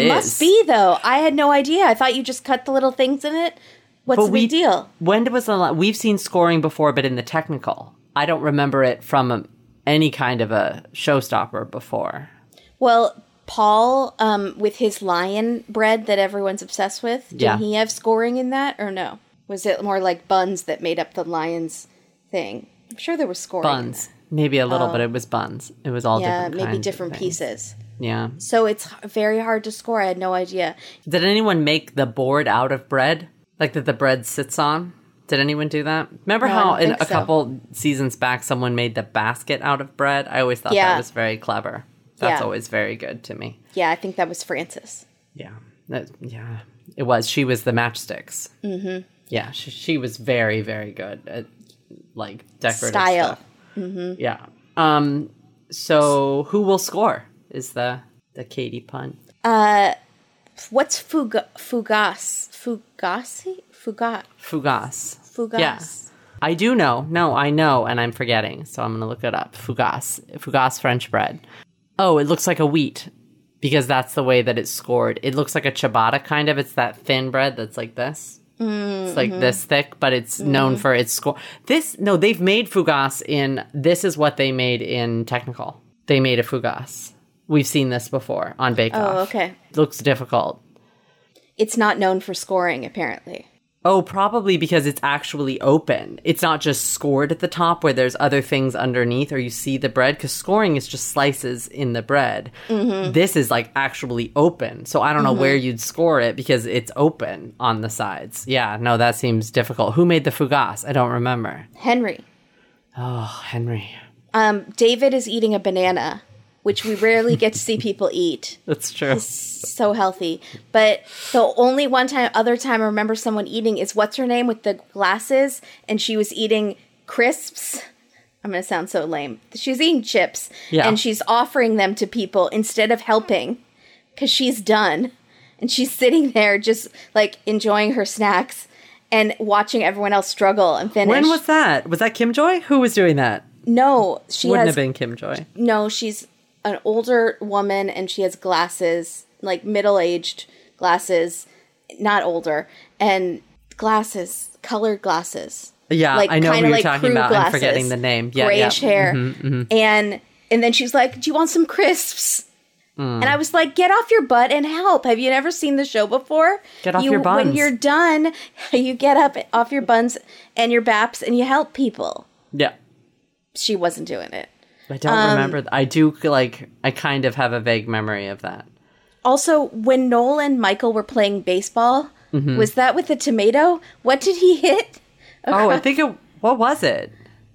Speaker 1: it is.
Speaker 2: must be though. I had no idea. I thought you just cut the little things in it. What's
Speaker 1: But
Speaker 2: the big deal?
Speaker 1: When was the la- we've seen scoring before, but in the technical, I don't remember it from um any kind of a showstopper before.
Speaker 2: Well, Paul, um, with his lion bread that everyone's obsessed with, did
Speaker 1: Yeah.
Speaker 2: he have scoring in that or no? Was it more like buns that made up the lion's thing? I'm sure there was scoring. in
Speaker 1: Buns, maybe a little, but it was buns. It was all
Speaker 2: that. oh. Yeah,
Speaker 1: different.
Speaker 2: maybe
Speaker 1: kinds of
Speaker 2: different
Speaker 1: things.
Speaker 2: pieces.
Speaker 1: Yeah.
Speaker 2: So it's h- very hard to score. I had no idea.
Speaker 1: Did anyone make the board out of bread? Like that the bread sits on? Did anyone do that? Remember
Speaker 2: No, I
Speaker 1: how
Speaker 2: don't
Speaker 1: in
Speaker 2: think
Speaker 1: a
Speaker 2: so.
Speaker 1: couple seasons back someone made the basket out of bread? I always thought
Speaker 2: Yeah.
Speaker 1: that was very clever. That's
Speaker 2: Yeah.
Speaker 1: always very good to me.
Speaker 2: Yeah, I think that was Francis.
Speaker 1: Yeah. That, yeah. It was. She was the matchsticks. Mm-hmm. Yeah. She, she was very, very good at like decorative
Speaker 2: Style.
Speaker 1: stuff. Mm-hmm. Yeah. Um, so who will score is the, the Katie pun.
Speaker 2: What's fuga- fugas? Fugasi? Fuga-
Speaker 1: Fugas.
Speaker 2: fugas.
Speaker 1: Yeah. I do know. No, I know, and I'm forgetting. So I'm going to look it up. Fougasse. Fougasse French bread. Oh, it looks like a wheat because that's the way that it's scored. It looks like a ciabatta kind of. It's that thin bread that's like this. It's like
Speaker 2: Mm-hmm.
Speaker 1: this thick, but it's known for its score. This, no, they've made fougasse in, this is what they made in Technical. They made a fougasse. We've seen this before on Bake Off.
Speaker 2: Oh, okay.
Speaker 1: Looks difficult.
Speaker 2: It's not known for scoring, apparently.
Speaker 1: Oh, probably because it's actually open. It's not just scored at the top where there's other things underneath or you see the bread because scoring is just slices in the bread.
Speaker 2: Mm-hmm.
Speaker 1: This is like actually open. So I don't know where you'd score it because it's open on the sides. Yeah, no, that seems difficult. Who made the fougasse? I don't remember.
Speaker 2: Henry.
Speaker 1: Oh, Henry.
Speaker 2: Um, David is eating a banana, which we rarely get to see people eat.
Speaker 1: That's true.
Speaker 2: So healthy. But the only one time, other time I remember someone eating is what's her name with the glasses, and she was eating crisps. I'm going to sound so lame. She's eating chips,
Speaker 1: Yeah.
Speaker 2: and she's offering them to people instead of helping because she's done. And she's sitting there just like enjoying her snacks and watching everyone else struggle and finish.
Speaker 1: When was that? Was that Kim Joy? Who was doing that?
Speaker 2: no, she
Speaker 1: Wouldn't
Speaker 2: has
Speaker 1: have been Kim Joy.
Speaker 2: No, she's an older woman and she has glasses, like middle aged glasses, not older, and glasses, colored glasses.
Speaker 1: Yeah,
Speaker 2: Like
Speaker 1: I know who
Speaker 2: kinda
Speaker 1: you're
Speaker 2: like
Speaker 1: talking
Speaker 2: crew
Speaker 1: about. I'm
Speaker 2: glasses,
Speaker 1: forgetting the name. Yeah, Mm-hmm,
Speaker 2: grayish
Speaker 1: yeah.
Speaker 2: hair, and and then she's like, "Do you want some crisps?"
Speaker 1: Mm.
Speaker 2: And I was like, "Get off your butt and help! Have you never seen the show before?
Speaker 1: Get off
Speaker 2: you,
Speaker 1: your
Speaker 2: When
Speaker 1: buns."
Speaker 2: you're done, you get up off your buns and your baps and you help people."
Speaker 1: Yeah.
Speaker 2: She wasn't doing it.
Speaker 1: I don't remember. th- I do like. I kind of have a vague memory of that.
Speaker 2: Also, when Noel and Michael were playing baseball, was that with a tomato? What did he hit?
Speaker 1: Oh, I think it. What was it?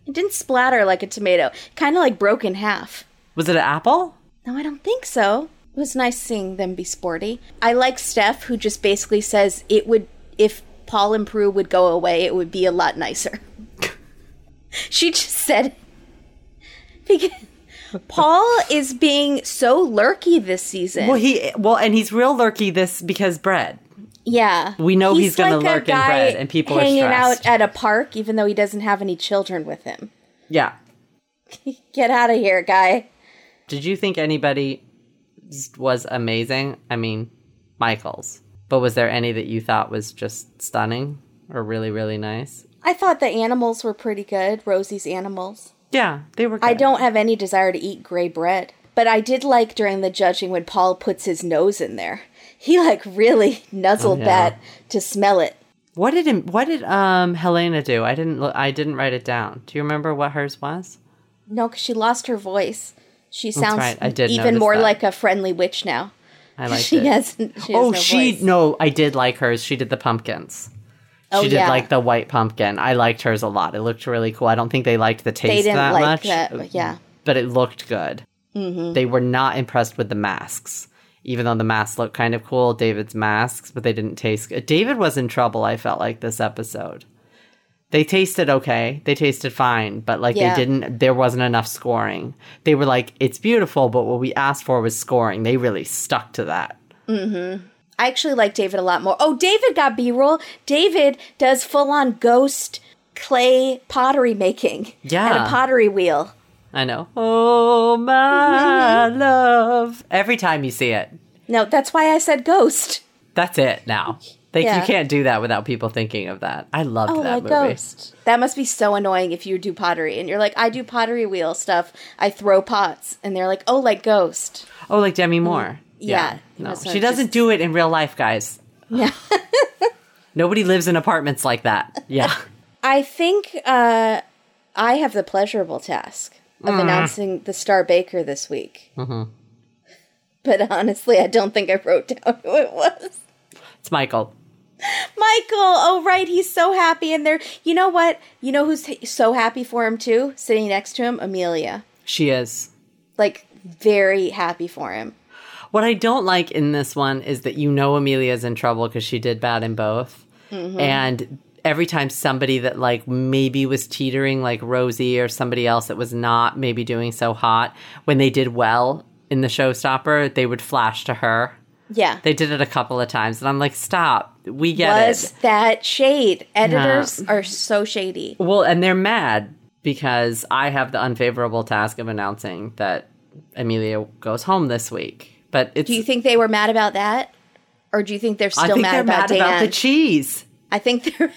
Speaker 2: It didn't splatter like a tomato. Kind of like broke in half.
Speaker 1: Was it an apple?
Speaker 2: No, I don't think so. It was nice seeing them be sporty. I like Steph, who just basically says it would if Paul and Prue would go away, it would be a lot nicer. she just said because Paul is being so lurky this season.
Speaker 1: Well, he well, and he's real lurky this because bread.
Speaker 2: yeah,
Speaker 1: We know he's gonna lurk in bread and people are
Speaker 2: hanging out
Speaker 1: stressed.
Speaker 2: at a park, even though he doesn't have any children with him.
Speaker 1: Yeah.
Speaker 2: Get out of here, guy.
Speaker 1: Did you think anybody was amazing? I mean, Michaels. But was there any that you thought was just stunning or really really nice?
Speaker 2: I thought the animals were pretty good. Rosie's animals.
Speaker 1: Yeah, they were. Good.
Speaker 2: I don't have any desire to eat gray bread. But I did like during the judging when Paul puts his nose in there. He like really nuzzled
Speaker 1: Oh, yeah.
Speaker 2: that to smell it.
Speaker 1: What did him, what did um Helena do? I didn't look, I didn't write it down. Do you remember what hers was?
Speaker 2: No, 'cause she lost her voice. She sounds
Speaker 1: right, I did
Speaker 2: even
Speaker 1: notice
Speaker 2: more
Speaker 1: that.
Speaker 2: like a friendly witch now.
Speaker 1: I liked
Speaker 2: she
Speaker 1: it.
Speaker 2: hasn't. She has
Speaker 1: oh,
Speaker 2: no
Speaker 1: she
Speaker 2: voice.
Speaker 1: no, I did like hers. She did the pumpkins.
Speaker 2: Oh,
Speaker 1: she did
Speaker 2: yeah.
Speaker 1: like the white pumpkin. I liked hers a lot. It looked really cool. I don't think they liked the taste
Speaker 2: They didn't
Speaker 1: that
Speaker 2: like
Speaker 1: much,
Speaker 2: that. But yeah, Mm-hmm.
Speaker 1: but it looked good. They were not impressed with the masks, even though the masks looked kind of cool. David's masks, but they didn't taste good. David was in trouble. I felt like this episode. They tasted okay. They tasted fine, but like
Speaker 2: Yeah.
Speaker 1: they didn't. There wasn't enough scoring. They were like, "It's beautiful," but what we asked for was scoring. They really stuck to that.
Speaker 2: I actually like David a lot more. Oh, David got B roll. David does full on ghost clay pottery making. at
Speaker 1: Yeah.
Speaker 2: a pottery wheel.
Speaker 1: I know. Oh my love. Every time you see it,
Speaker 2: No, that's why I said ghost.
Speaker 1: that's it. Now, like
Speaker 2: Yeah.
Speaker 1: you can't do that without people thinking of that. I loved
Speaker 2: Oh,
Speaker 1: that
Speaker 2: my
Speaker 1: movie.
Speaker 2: ghost. That must be so annoying if you do pottery and you're like, I do pottery wheel stuff. I throw pots. And they're like, oh, like ghost.
Speaker 1: Oh, like Demi Moore.
Speaker 2: Mm, Yeah.
Speaker 1: No,
Speaker 2: That's what
Speaker 1: she
Speaker 2: I
Speaker 1: doesn't
Speaker 2: just-
Speaker 1: do it in real life, guys.
Speaker 2: Yeah.
Speaker 1: Nobody lives in apartments like that. Yeah.
Speaker 2: I think uh, I have the pleasurable task
Speaker 1: Hmm.
Speaker 2: of announcing the Star Baker this week.
Speaker 1: Mm-hmm.
Speaker 2: But honestly, I don't think I wrote down who it was.
Speaker 1: it's Michael.
Speaker 2: Michael, oh right, he's so happy and there. You know what? You know who's h- so happy for him too? Sitting next to him, Amelia.
Speaker 1: She is.
Speaker 2: Like very happy for him.
Speaker 1: What I don't like in this one is that you know Amelia's in trouble because she did bad in both.
Speaker 2: Mm-hmm.
Speaker 1: And every time somebody that like maybe was teetering, like Rosie or somebody else that was not maybe doing so hot, when they did well in the showstopper, they would flash to her.
Speaker 2: Yeah.
Speaker 1: They did it a couple of times. And I'm like, stop. We get
Speaker 2: was
Speaker 1: it.
Speaker 2: that shade. Editors are so shady.
Speaker 1: Well, and they're mad because I have the unfavorable task of announcing that Amelia goes home this week. But it's
Speaker 2: Do you think they were mad about that? Or do you think they're still
Speaker 1: I think
Speaker 2: mad,
Speaker 1: they're
Speaker 2: about
Speaker 1: mad
Speaker 2: Dan?
Speaker 1: about the cheese.
Speaker 2: I think they're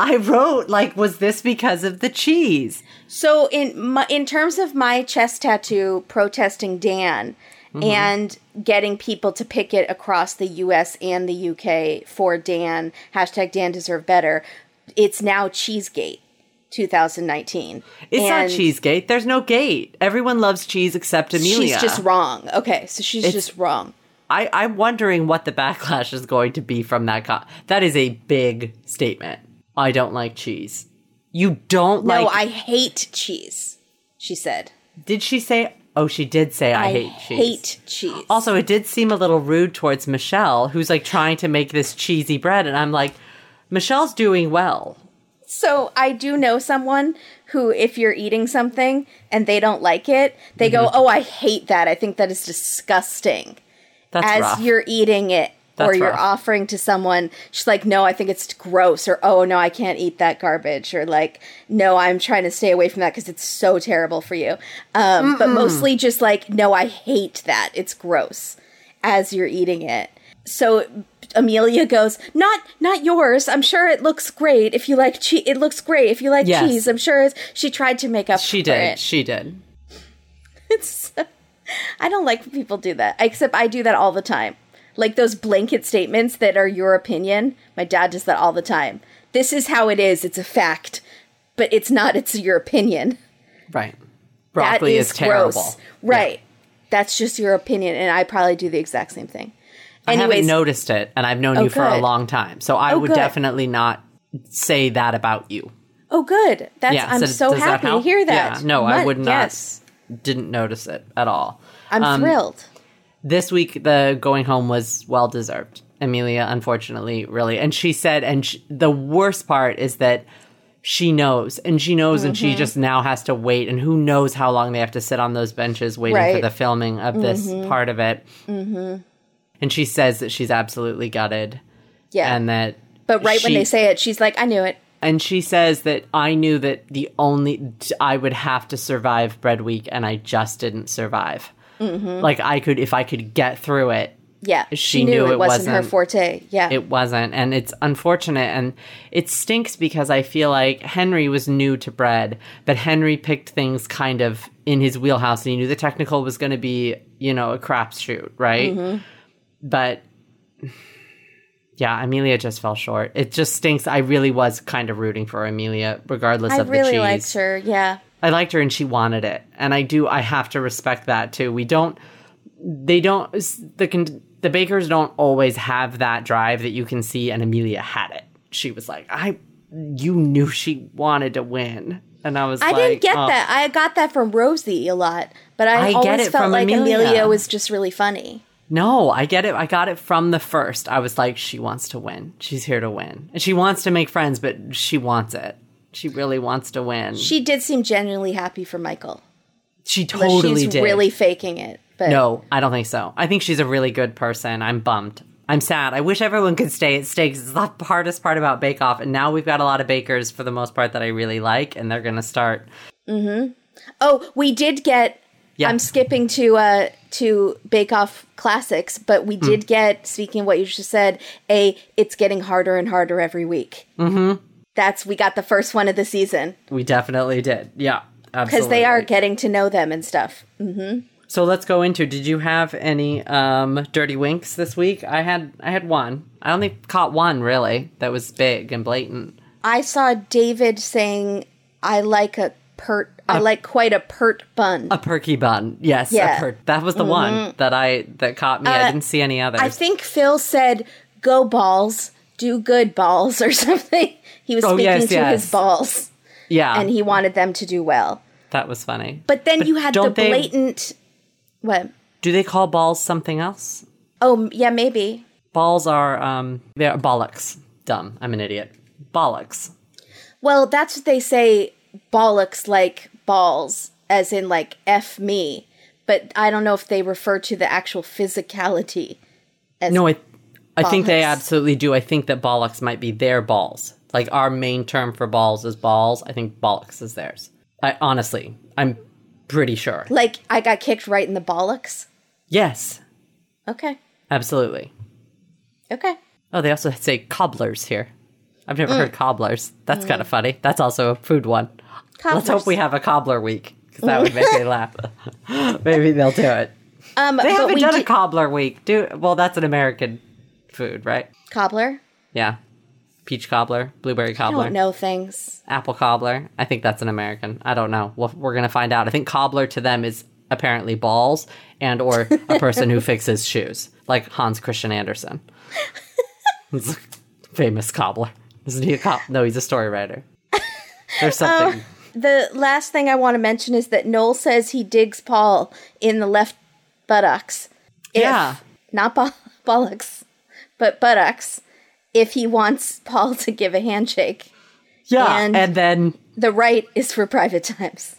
Speaker 1: I wrote like, was this because of the cheese?
Speaker 2: so in my, in terms of my chest tattoo protesting Dan
Speaker 1: Mm-hmm.
Speaker 2: and getting people to picket across the U.S. and the U.K. for Dan hashtag Dan deserve better. It's now Cheesegate 2019.
Speaker 1: It's not
Speaker 2: And
Speaker 1: cheesegate. There's no gate. Everyone loves cheese except Amelia.
Speaker 2: She's just wrong. Okay, so she's just wrong.
Speaker 1: I, I'm wondering what the backlash is going to be from that. Co- that is a big statement. I don't like cheese. You don't
Speaker 2: No,
Speaker 1: like.
Speaker 2: I hate cheese. She said.
Speaker 1: did she say? Oh, she did say I,
Speaker 2: I
Speaker 1: hate cheese.
Speaker 2: hate cheese.
Speaker 1: Also, it did seem a little rude towards Michelle, who's like trying to make this cheesy bread, and I'm like, Michelle's doing well.
Speaker 2: So I do know someone who, if you're eating something and they don't like it, they go, "Oh, I hate that. I think that is disgusting."
Speaker 1: That's
Speaker 2: As
Speaker 1: rough.
Speaker 2: you're eating it, or
Speaker 1: That's
Speaker 2: you're
Speaker 1: rough.
Speaker 2: offering to someone, she's like, "No, I think it's gross," or "Oh no, I can't eat that garbage," or like, "No, I'm trying to stay away from that because it's so terrible for you." Um, but mostly just like, "No, I hate that. It's gross." As you're eating it, so Amelia goes, "Not not yours. I'm sure it looks great if you like cheese. It looks great if you like
Speaker 1: Yes.
Speaker 2: cheese. I'm sure it's- she tried to make up
Speaker 1: she
Speaker 2: for
Speaker 1: did.
Speaker 2: it.
Speaker 1: She did.
Speaker 2: It's I don't like when people do that. Except I do that all the time. Like those blanket statements that are your opinion. My dad does that all the time. This is how it is. It's a fact. But it's not. It's your opinion.
Speaker 1: Right.
Speaker 2: That
Speaker 1: Broccoli is, terrible.
Speaker 2: gross. Right. That's just your opinion and I probably do the exact same thing.
Speaker 1: I haven't
Speaker 2: Anyways, Oh,
Speaker 1: noticed it, and I've known you for a
Speaker 2: good.
Speaker 1: long time, so I would
Speaker 2: good.
Speaker 1: definitely not say that about you.
Speaker 2: Oh, good. That's
Speaker 1: Yeah,
Speaker 2: I'm
Speaker 1: so
Speaker 2: so
Speaker 1: does that
Speaker 2: happy to
Speaker 1: help?
Speaker 2: hear that.
Speaker 1: Yeah, no, I
Speaker 2: Mon-
Speaker 1: would not.
Speaker 2: Yes,
Speaker 1: Didn't notice it at all.
Speaker 2: I'm
Speaker 1: Um,
Speaker 2: thrilled.
Speaker 1: This week, the going home was well deserved. Amelia, unfortunately, really. And she said, and sh the worst part is that she knows, and she knows, and
Speaker 2: Mm-hmm.
Speaker 1: she just now has to wait. And who knows how long they have to sit on those benches waiting for
Speaker 2: Right.
Speaker 1: the filming of this part of it. Mm-hmm. And she says that she's absolutely gutted.
Speaker 2: Yeah,
Speaker 1: And that.
Speaker 2: but right when
Speaker 1: she-
Speaker 2: they say it, she's like, "I knew it."
Speaker 1: and she says that I knew that the only I would have to survive Bread Week, and I just didn't survive.
Speaker 2: Mm-hmm.
Speaker 1: Like I could, if I could get through it,
Speaker 2: Yeah, she, knew, it, wasn't, her forte. Yeah,
Speaker 1: it wasn't, and it's unfortunate, and it stinks because I feel like Henry was new to bread, but Henry picked things kind of in his wheelhouse, and he knew the technical was going to be, you know, a crapshoot, right?
Speaker 2: Mm-hmm.
Speaker 1: But yeah, Amelia just fell short. It just stinks. I really was kind of rooting for Amelia, regardless
Speaker 2: I
Speaker 1: of the
Speaker 2: really
Speaker 1: cheese.
Speaker 2: liked her. Yeah,
Speaker 1: I liked her and she wanted it. And I do, I have to respect that too. We don't, they don't, the, con- the bakers don't always have that drive that you can see. And Amelia had it. She was like, I, you knew she wanted to win. And I was
Speaker 2: I
Speaker 1: like,
Speaker 2: didn't get
Speaker 1: oh.
Speaker 2: that. I got that from Rosie a lot, but I,
Speaker 1: I get
Speaker 2: always
Speaker 1: it
Speaker 2: felt
Speaker 1: from
Speaker 2: like
Speaker 1: Amelia.
Speaker 2: Amelia. was just really funny.
Speaker 1: No, I get it. I got it from the first. I was like, she wants to win. She's here to win. And she wants to make friends, but she wants it. She really wants to win. She,
Speaker 2: She did seem genuinely happy for Michael, but
Speaker 1: totally
Speaker 2: she's
Speaker 1: did.
Speaker 2: really faking it. But
Speaker 1: No, I don't think so. I think she's a really good person. I'm bummed. I'm sad. I wish everyone could stay at stakes. It's the hardest part about Bake Off, and now we've got a lot of bakers for the most part that I really like, and they're going to start.
Speaker 2: oh, we did get.
Speaker 1: Yeah.
Speaker 2: I'm skipping to uh to Bake Off classics, but
Speaker 1: Hmm.
Speaker 2: we did get. Speaking of what you just said, a it's getting harder and harder every week. Mm-hmm. That's we got the first one of the season
Speaker 1: We definitely did, yeah,
Speaker 2: because
Speaker 1: absolutely.
Speaker 2: they are getting to know them and stuff.
Speaker 1: So let's go into. Did you have any um, dirty winks this week? I had. I had one. I only caught one really that was big and blatant.
Speaker 2: I saw David saying, "I like a pert. I like quite a pert bun."
Speaker 1: A perky bun, yes. a
Speaker 2: Yeah. Mm-hmm. Uh,
Speaker 1: per- that was the one that I that caught me. I didn't see any others.
Speaker 2: I think Phil said, "Go balls, do good balls," or something. He was
Speaker 1: Oh,
Speaker 2: speaking
Speaker 1: yes,
Speaker 2: to
Speaker 1: yes.
Speaker 2: his balls,
Speaker 1: yeah,
Speaker 2: and he wanted them to do well.
Speaker 1: that was funny.
Speaker 2: But then you had the
Speaker 1: don't they-
Speaker 2: blatant. What?
Speaker 1: Do they call balls something else?
Speaker 2: Oh, m- yeah, maybe.
Speaker 1: Balls are um they're bollocks. Dumb. I'm an idiot. Bollocks.
Speaker 2: Well, that's what they say. Bollocks like balls, as in like f me. But I don't know if they refer to the actual physicality. As
Speaker 1: No, I I think they
Speaker 2: Bollocks.
Speaker 1: absolutely do. I think that bollocks might be their balls. Like our main term for balls is balls. I think bollocks is theirs. I honestly, I'm pretty sure.
Speaker 2: like I got kicked right in the bollocks.
Speaker 1: Yes,
Speaker 2: Okay.
Speaker 1: absolutely.
Speaker 2: Okay.
Speaker 1: Oh, they also say cobblers here. I've never
Speaker 2: Mm.
Speaker 1: heard cobblers. That's kind of funny. That's also a food one. Let's hope
Speaker 2: Cobblers.
Speaker 1: we have a cobbler week because that would make me laugh. Maybe they'll do it.
Speaker 2: Um,
Speaker 1: They
Speaker 2: but
Speaker 1: haven't
Speaker 2: we
Speaker 1: done a
Speaker 2: did-
Speaker 1: cobbler week. Do well. That's an American food, right?
Speaker 2: cobbler.
Speaker 1: Yeah, peach cobbler, blueberry
Speaker 2: I
Speaker 1: cobbler,
Speaker 2: don't know things.
Speaker 1: apple cobbler. I think that's an American. I don't know. Well, we're gonna find out. I think cobbler to them is apparently balls and or a person who fixes shoes, like Hans Christian Andersen, He's a famous cobbler. Isn't he a cop? No, he's a story writer. There's
Speaker 2: Oh,
Speaker 1: something.
Speaker 2: The last thing I want to mention is that Noel says he digs Paul in the left buttocks. If-
Speaker 1: Yeah.
Speaker 2: Not bo- bollocks, but buttocks. If he wants Paul to give a handshake,
Speaker 1: yeah,
Speaker 2: and-
Speaker 1: and then
Speaker 2: the right is for private times.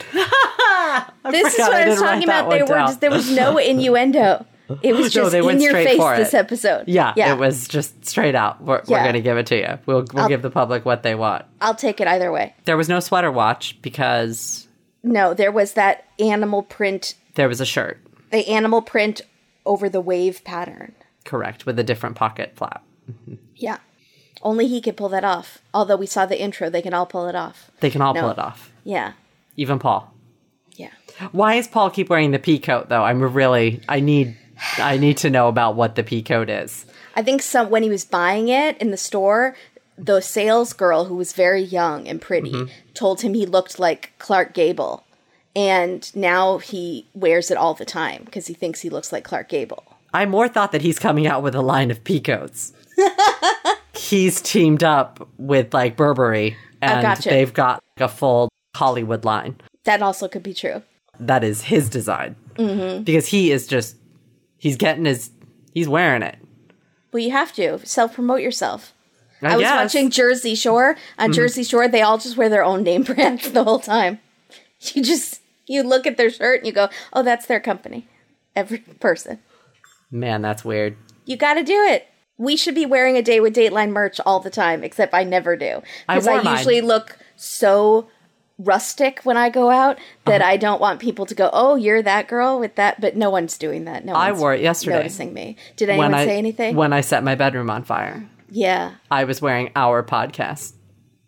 Speaker 2: this
Speaker 1: forgot I
Speaker 2: is what I was
Speaker 1: didn't write
Speaker 2: talking
Speaker 1: that
Speaker 2: about. They
Speaker 1: one
Speaker 2: were
Speaker 1: down.
Speaker 2: just, there was no innuendo. It was
Speaker 1: No,
Speaker 2: just
Speaker 1: they went
Speaker 2: in your
Speaker 1: straight
Speaker 2: face
Speaker 1: for
Speaker 2: this
Speaker 1: it.
Speaker 2: episode.
Speaker 1: Yeah, it was just straight out. We're, we're
Speaker 2: Yeah.
Speaker 1: going to give it to you. We'll, we'll give the public what they want.
Speaker 2: I'll take it either way.
Speaker 1: There was no sweater watch because
Speaker 2: No, there was that animal print,
Speaker 1: there was a shirt,
Speaker 2: the animal print over the wave pattern.
Speaker 1: correct, with a different pocket flap.
Speaker 2: Yeah. Only he could pull that off. Although we saw the intro, they can all pull it off.
Speaker 1: They can all
Speaker 2: No.
Speaker 1: pull it off,
Speaker 2: Yeah.
Speaker 1: even Paul.
Speaker 2: Yeah.
Speaker 1: Why is Paul keep wearing the pea coat though? I'm really I need I need to know about what the pea coat is.
Speaker 2: I think some when he was buying it in the store, the sales girl who was very young and pretty told him he looked like Clark Gable. And now he wears it all the time because he thinks he looks like Clark Gable.
Speaker 1: I more thought that he's coming out with a line of pea coats. he's teamed up with like Burberry and
Speaker 2: gotcha.
Speaker 1: they've got a full Hollywood line.
Speaker 2: That also could be true.
Speaker 1: That is his design
Speaker 2: Mm-hmm.
Speaker 1: because he is just he's getting his he's wearing it.
Speaker 2: Well, you have to self promote yourself. I, was
Speaker 1: guess. Mm-hmm.
Speaker 2: watching Jersey Shore. On Jersey Shore, they all just wear their own name brands the whole time. You just you look at their shirt and you go, "Oh, that's their company." Every person.
Speaker 1: Man, that's weird.
Speaker 2: You got to do it. We should be wearing a day with Dateline merch all the time, except I never do
Speaker 1: I
Speaker 2: because I,
Speaker 1: wore mine.
Speaker 2: usually look so rustic when I go out that
Speaker 1: Uh-huh.
Speaker 2: I don't want people to go, "Oh, you're that girl with that." But no one's doing that. No,
Speaker 1: I
Speaker 2: one's
Speaker 1: wore it yesterday.
Speaker 2: Noticing me. Did anyone
Speaker 1: when I
Speaker 2: say anything?
Speaker 1: when I set my bedroom on fire,
Speaker 2: yeah.
Speaker 1: I was wearing our podcast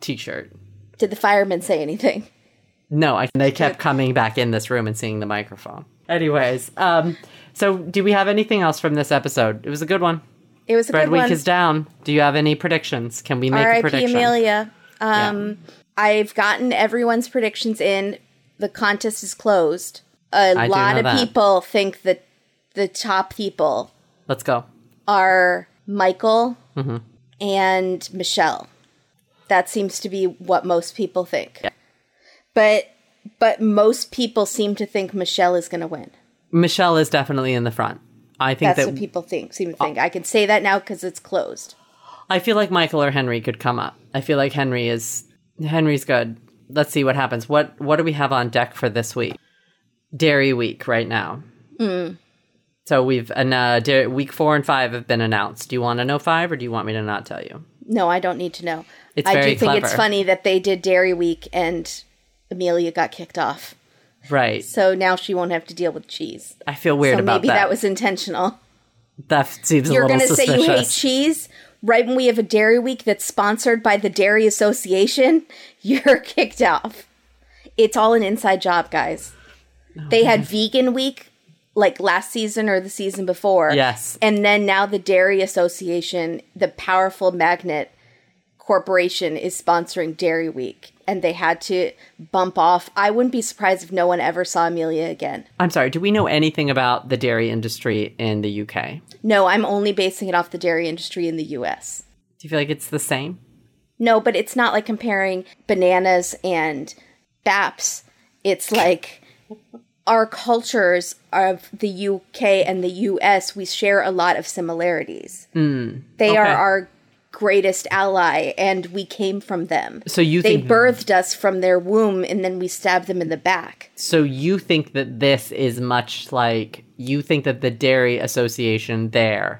Speaker 1: T-shirt.
Speaker 2: Did the firemen say anything?
Speaker 1: No, I, they kept coming back in this room and seeing the microphone. Anyways, um, so do we have anything else from this episode? It was a good one.
Speaker 2: It was a
Speaker 1: Bread
Speaker 2: good
Speaker 1: Week
Speaker 2: one.
Speaker 1: is down. Do you have any predictions? Can we make a
Speaker 2: R.I.P.
Speaker 1: prediction?
Speaker 2: Amelia. Um, I've gotten everyone's predictions in. The contest is closed. A
Speaker 1: I do
Speaker 2: lot
Speaker 1: know
Speaker 2: of
Speaker 1: that.
Speaker 2: people think that the top people
Speaker 1: Let's go.
Speaker 2: are Michael
Speaker 1: Mm-hmm.
Speaker 2: and Michelle. That seems to be what most people think. But but most people seem to think Michelle is going to win.
Speaker 1: Michelle is definitely in the front. I think
Speaker 2: That's
Speaker 1: that
Speaker 2: what people think seem to think. I can say that now because it's closed.
Speaker 1: I feel like Michael or Henry could come up. I feel like Henry is Henry's good. Let's see what happens. What what do we have on deck for this week? Dairy week right now.
Speaker 2: Hmm.
Speaker 1: So we've and uh, dairy, week four and five have been announced. Do you want to know five, or do you want me to not tell you?
Speaker 2: No, I don't need to know.
Speaker 1: It's
Speaker 2: I do
Speaker 1: very
Speaker 2: think it's
Speaker 1: clever.
Speaker 2: funny that they did Dairy Week and Amelia got kicked off.
Speaker 1: Right.
Speaker 2: So now she won't have to deal with cheese.
Speaker 1: I feel weird
Speaker 2: So
Speaker 1: about
Speaker 2: maybe that.
Speaker 1: that.
Speaker 2: was intentional.
Speaker 1: that seems a
Speaker 2: You're
Speaker 1: little
Speaker 2: going to say
Speaker 1: suspicious.
Speaker 2: you hate cheese right when we have a Dairy Week that's sponsored by the Dairy Association? You're kicked off. It's all an inside job, guys.
Speaker 1: Oh,
Speaker 2: they had Vegan Week like last season or the season before.
Speaker 1: Yes.
Speaker 2: And then now the Dairy Association, the powerful magnet corporation is sponsoring Dairy Week and they had to bump off. I wouldn't be surprised if no one ever saw Amelia again.
Speaker 1: I'm sorry. Do we know anything about the dairy industry in the UK? Do
Speaker 2: No, I'm only basing it off the dairy industry in the US.
Speaker 1: you feel like it's the same?
Speaker 2: No, but it's not like comparing bananas and baps. It's like our cultures of the UK and the US, we share a lot of similarities. they are
Speaker 1: Hmm, okay.
Speaker 2: our greatest ally, and we came from them.
Speaker 1: So you
Speaker 2: they
Speaker 1: think
Speaker 2: birthed us from their womb, and then we stabbed them in the back.
Speaker 1: So you think that this is much like you think that the dairy association there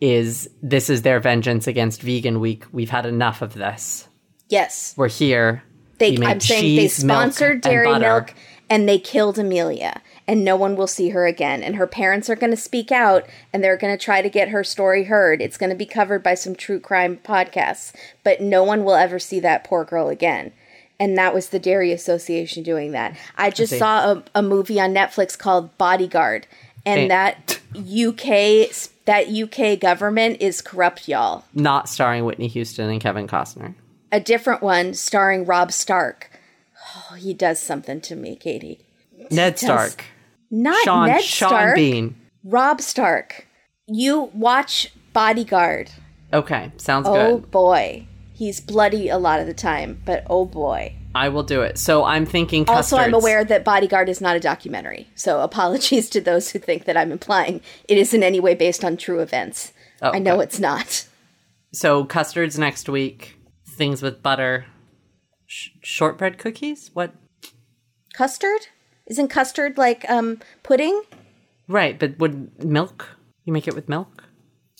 Speaker 1: is this is their vengeance against vegan week. We've had enough of this.
Speaker 2: Yes,
Speaker 1: We're here.
Speaker 2: they.
Speaker 1: We made
Speaker 2: I'm saying they
Speaker 1: cheese, milk,
Speaker 2: sponsored
Speaker 1: and
Speaker 2: dairy
Speaker 1: butter.
Speaker 2: milk, and they killed Amelia, and no one will see her again. And her parents are going to speak out, and they're going to try to get her story heard. It's going to be covered by some true crime podcasts, but no one will ever see that poor girl again. And that was the Dairy Association doing that. I just
Speaker 1: see.
Speaker 2: saw a, a movie on Netflix called Bodyguard, and
Speaker 1: Dang.
Speaker 2: that UK that UK government is corrupt, y'all
Speaker 1: Not starring Whitney Houston and Kevin Costner.
Speaker 2: a different one starring Rob Stark. Oh, he does something to me, Katie.
Speaker 1: Ned Stark.
Speaker 2: Not
Speaker 1: Sean
Speaker 2: Ned
Speaker 1: Sean
Speaker 2: Stark.
Speaker 1: Bean.
Speaker 2: Rob Stark. You watch Bodyguard.
Speaker 1: Okay, sounds
Speaker 2: Oh
Speaker 1: good.
Speaker 2: boy. He's bloody a lot of the time, but oh boy.
Speaker 1: I will do it. So I'm thinking custards.
Speaker 2: Also, I'm aware that Bodyguard is not a documentary, so apologies to those who think that I'm implying it is in any way based on true events.
Speaker 1: Oh,
Speaker 2: I know
Speaker 1: okay.
Speaker 2: it's not.
Speaker 1: So custards next week. Things with butter. Sh- shortbread cookies? What?
Speaker 2: Custard? Isn't custard like um pudding?
Speaker 1: Right, but would milk? You make it with milk?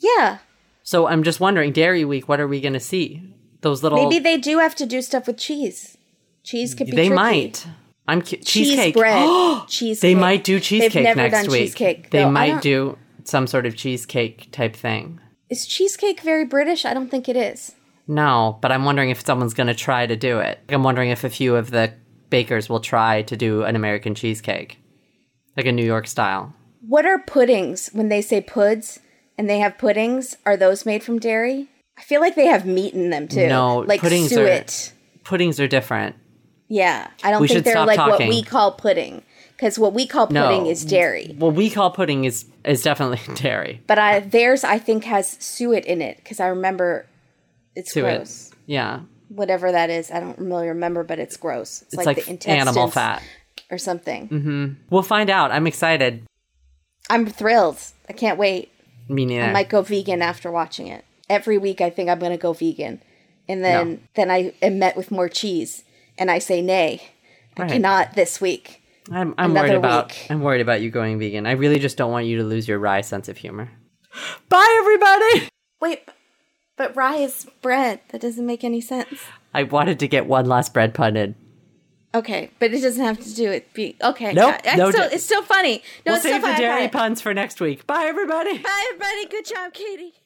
Speaker 2: Yeah.
Speaker 1: So I'm just wondering, Dairy Week, what are we going to see? Those little
Speaker 2: Maybe they do have to do stuff with cheese. Cheese could be.
Speaker 1: they
Speaker 2: tricky.
Speaker 1: might. I'm cu- cheesecake.
Speaker 2: cheese bread. cheesecake.
Speaker 1: They might do cheesecake
Speaker 2: They've never
Speaker 1: next
Speaker 2: done
Speaker 1: week.
Speaker 2: Cheesecake,
Speaker 1: they
Speaker 2: though. I
Speaker 1: might
Speaker 2: don't-
Speaker 1: do some sort of cheesecake type thing.
Speaker 2: Is cheesecake very British? I don't think it is.
Speaker 1: No, but I'm wondering if someone's going to try to do it. I'm wondering if a few of the bakers will try to do an American cheesecake, like a New York style.
Speaker 2: What are puddings when they say puds and they have puddings? Are those made from dairy? I feel like they have meat in them too.
Speaker 1: No,
Speaker 2: like
Speaker 1: puddings are-
Speaker 2: suet.
Speaker 1: Puddings are different.
Speaker 2: Yeah, I don't
Speaker 1: We
Speaker 2: think
Speaker 1: should
Speaker 2: they're
Speaker 1: stop
Speaker 2: like
Speaker 1: talking.
Speaker 2: what we call pudding because what we call
Speaker 1: No.
Speaker 2: pudding is dairy.
Speaker 1: What we call pudding is is definitely dairy.
Speaker 2: But I, theirs, I think, has suet in it because I remember it's
Speaker 1: to
Speaker 2: gross.
Speaker 1: it. Yeah.
Speaker 2: whatever that is. I don't really remember, but it's gross. It's,
Speaker 1: It's
Speaker 2: like,
Speaker 1: like,
Speaker 2: the intestines
Speaker 1: animal fat. Mm-hmm.
Speaker 2: or something.
Speaker 1: We'll find out. I'm excited.
Speaker 2: I'm thrilled. I can't wait.
Speaker 1: Me neither.
Speaker 2: I might go vegan after watching it. Every week, I think I'm going to go vegan, and then
Speaker 1: No.
Speaker 2: then I am met with more cheese, and I say nay,
Speaker 1: Right.
Speaker 2: I cannot this week.
Speaker 1: I'm, I'm
Speaker 2: Another
Speaker 1: worried about
Speaker 2: week.
Speaker 1: I'm worried about you going vegan. I really just don't want you to lose your wry sense of humor. Bye everybody.
Speaker 2: Wait, b- but rye is bread. That doesn't make any sense.
Speaker 1: I wanted to get one last bread pun in.
Speaker 2: Okay, but it doesn't have to do it. Be okay.
Speaker 1: Nope,
Speaker 2: I- I
Speaker 1: no
Speaker 2: still,
Speaker 1: di-
Speaker 2: it's still funny. No,
Speaker 1: We'll
Speaker 2: it's still
Speaker 1: save the
Speaker 2: funny.
Speaker 1: dairy
Speaker 2: Okay.
Speaker 1: puns for next week. Bye everybody.
Speaker 2: Bye, everybody. Good job, Katie.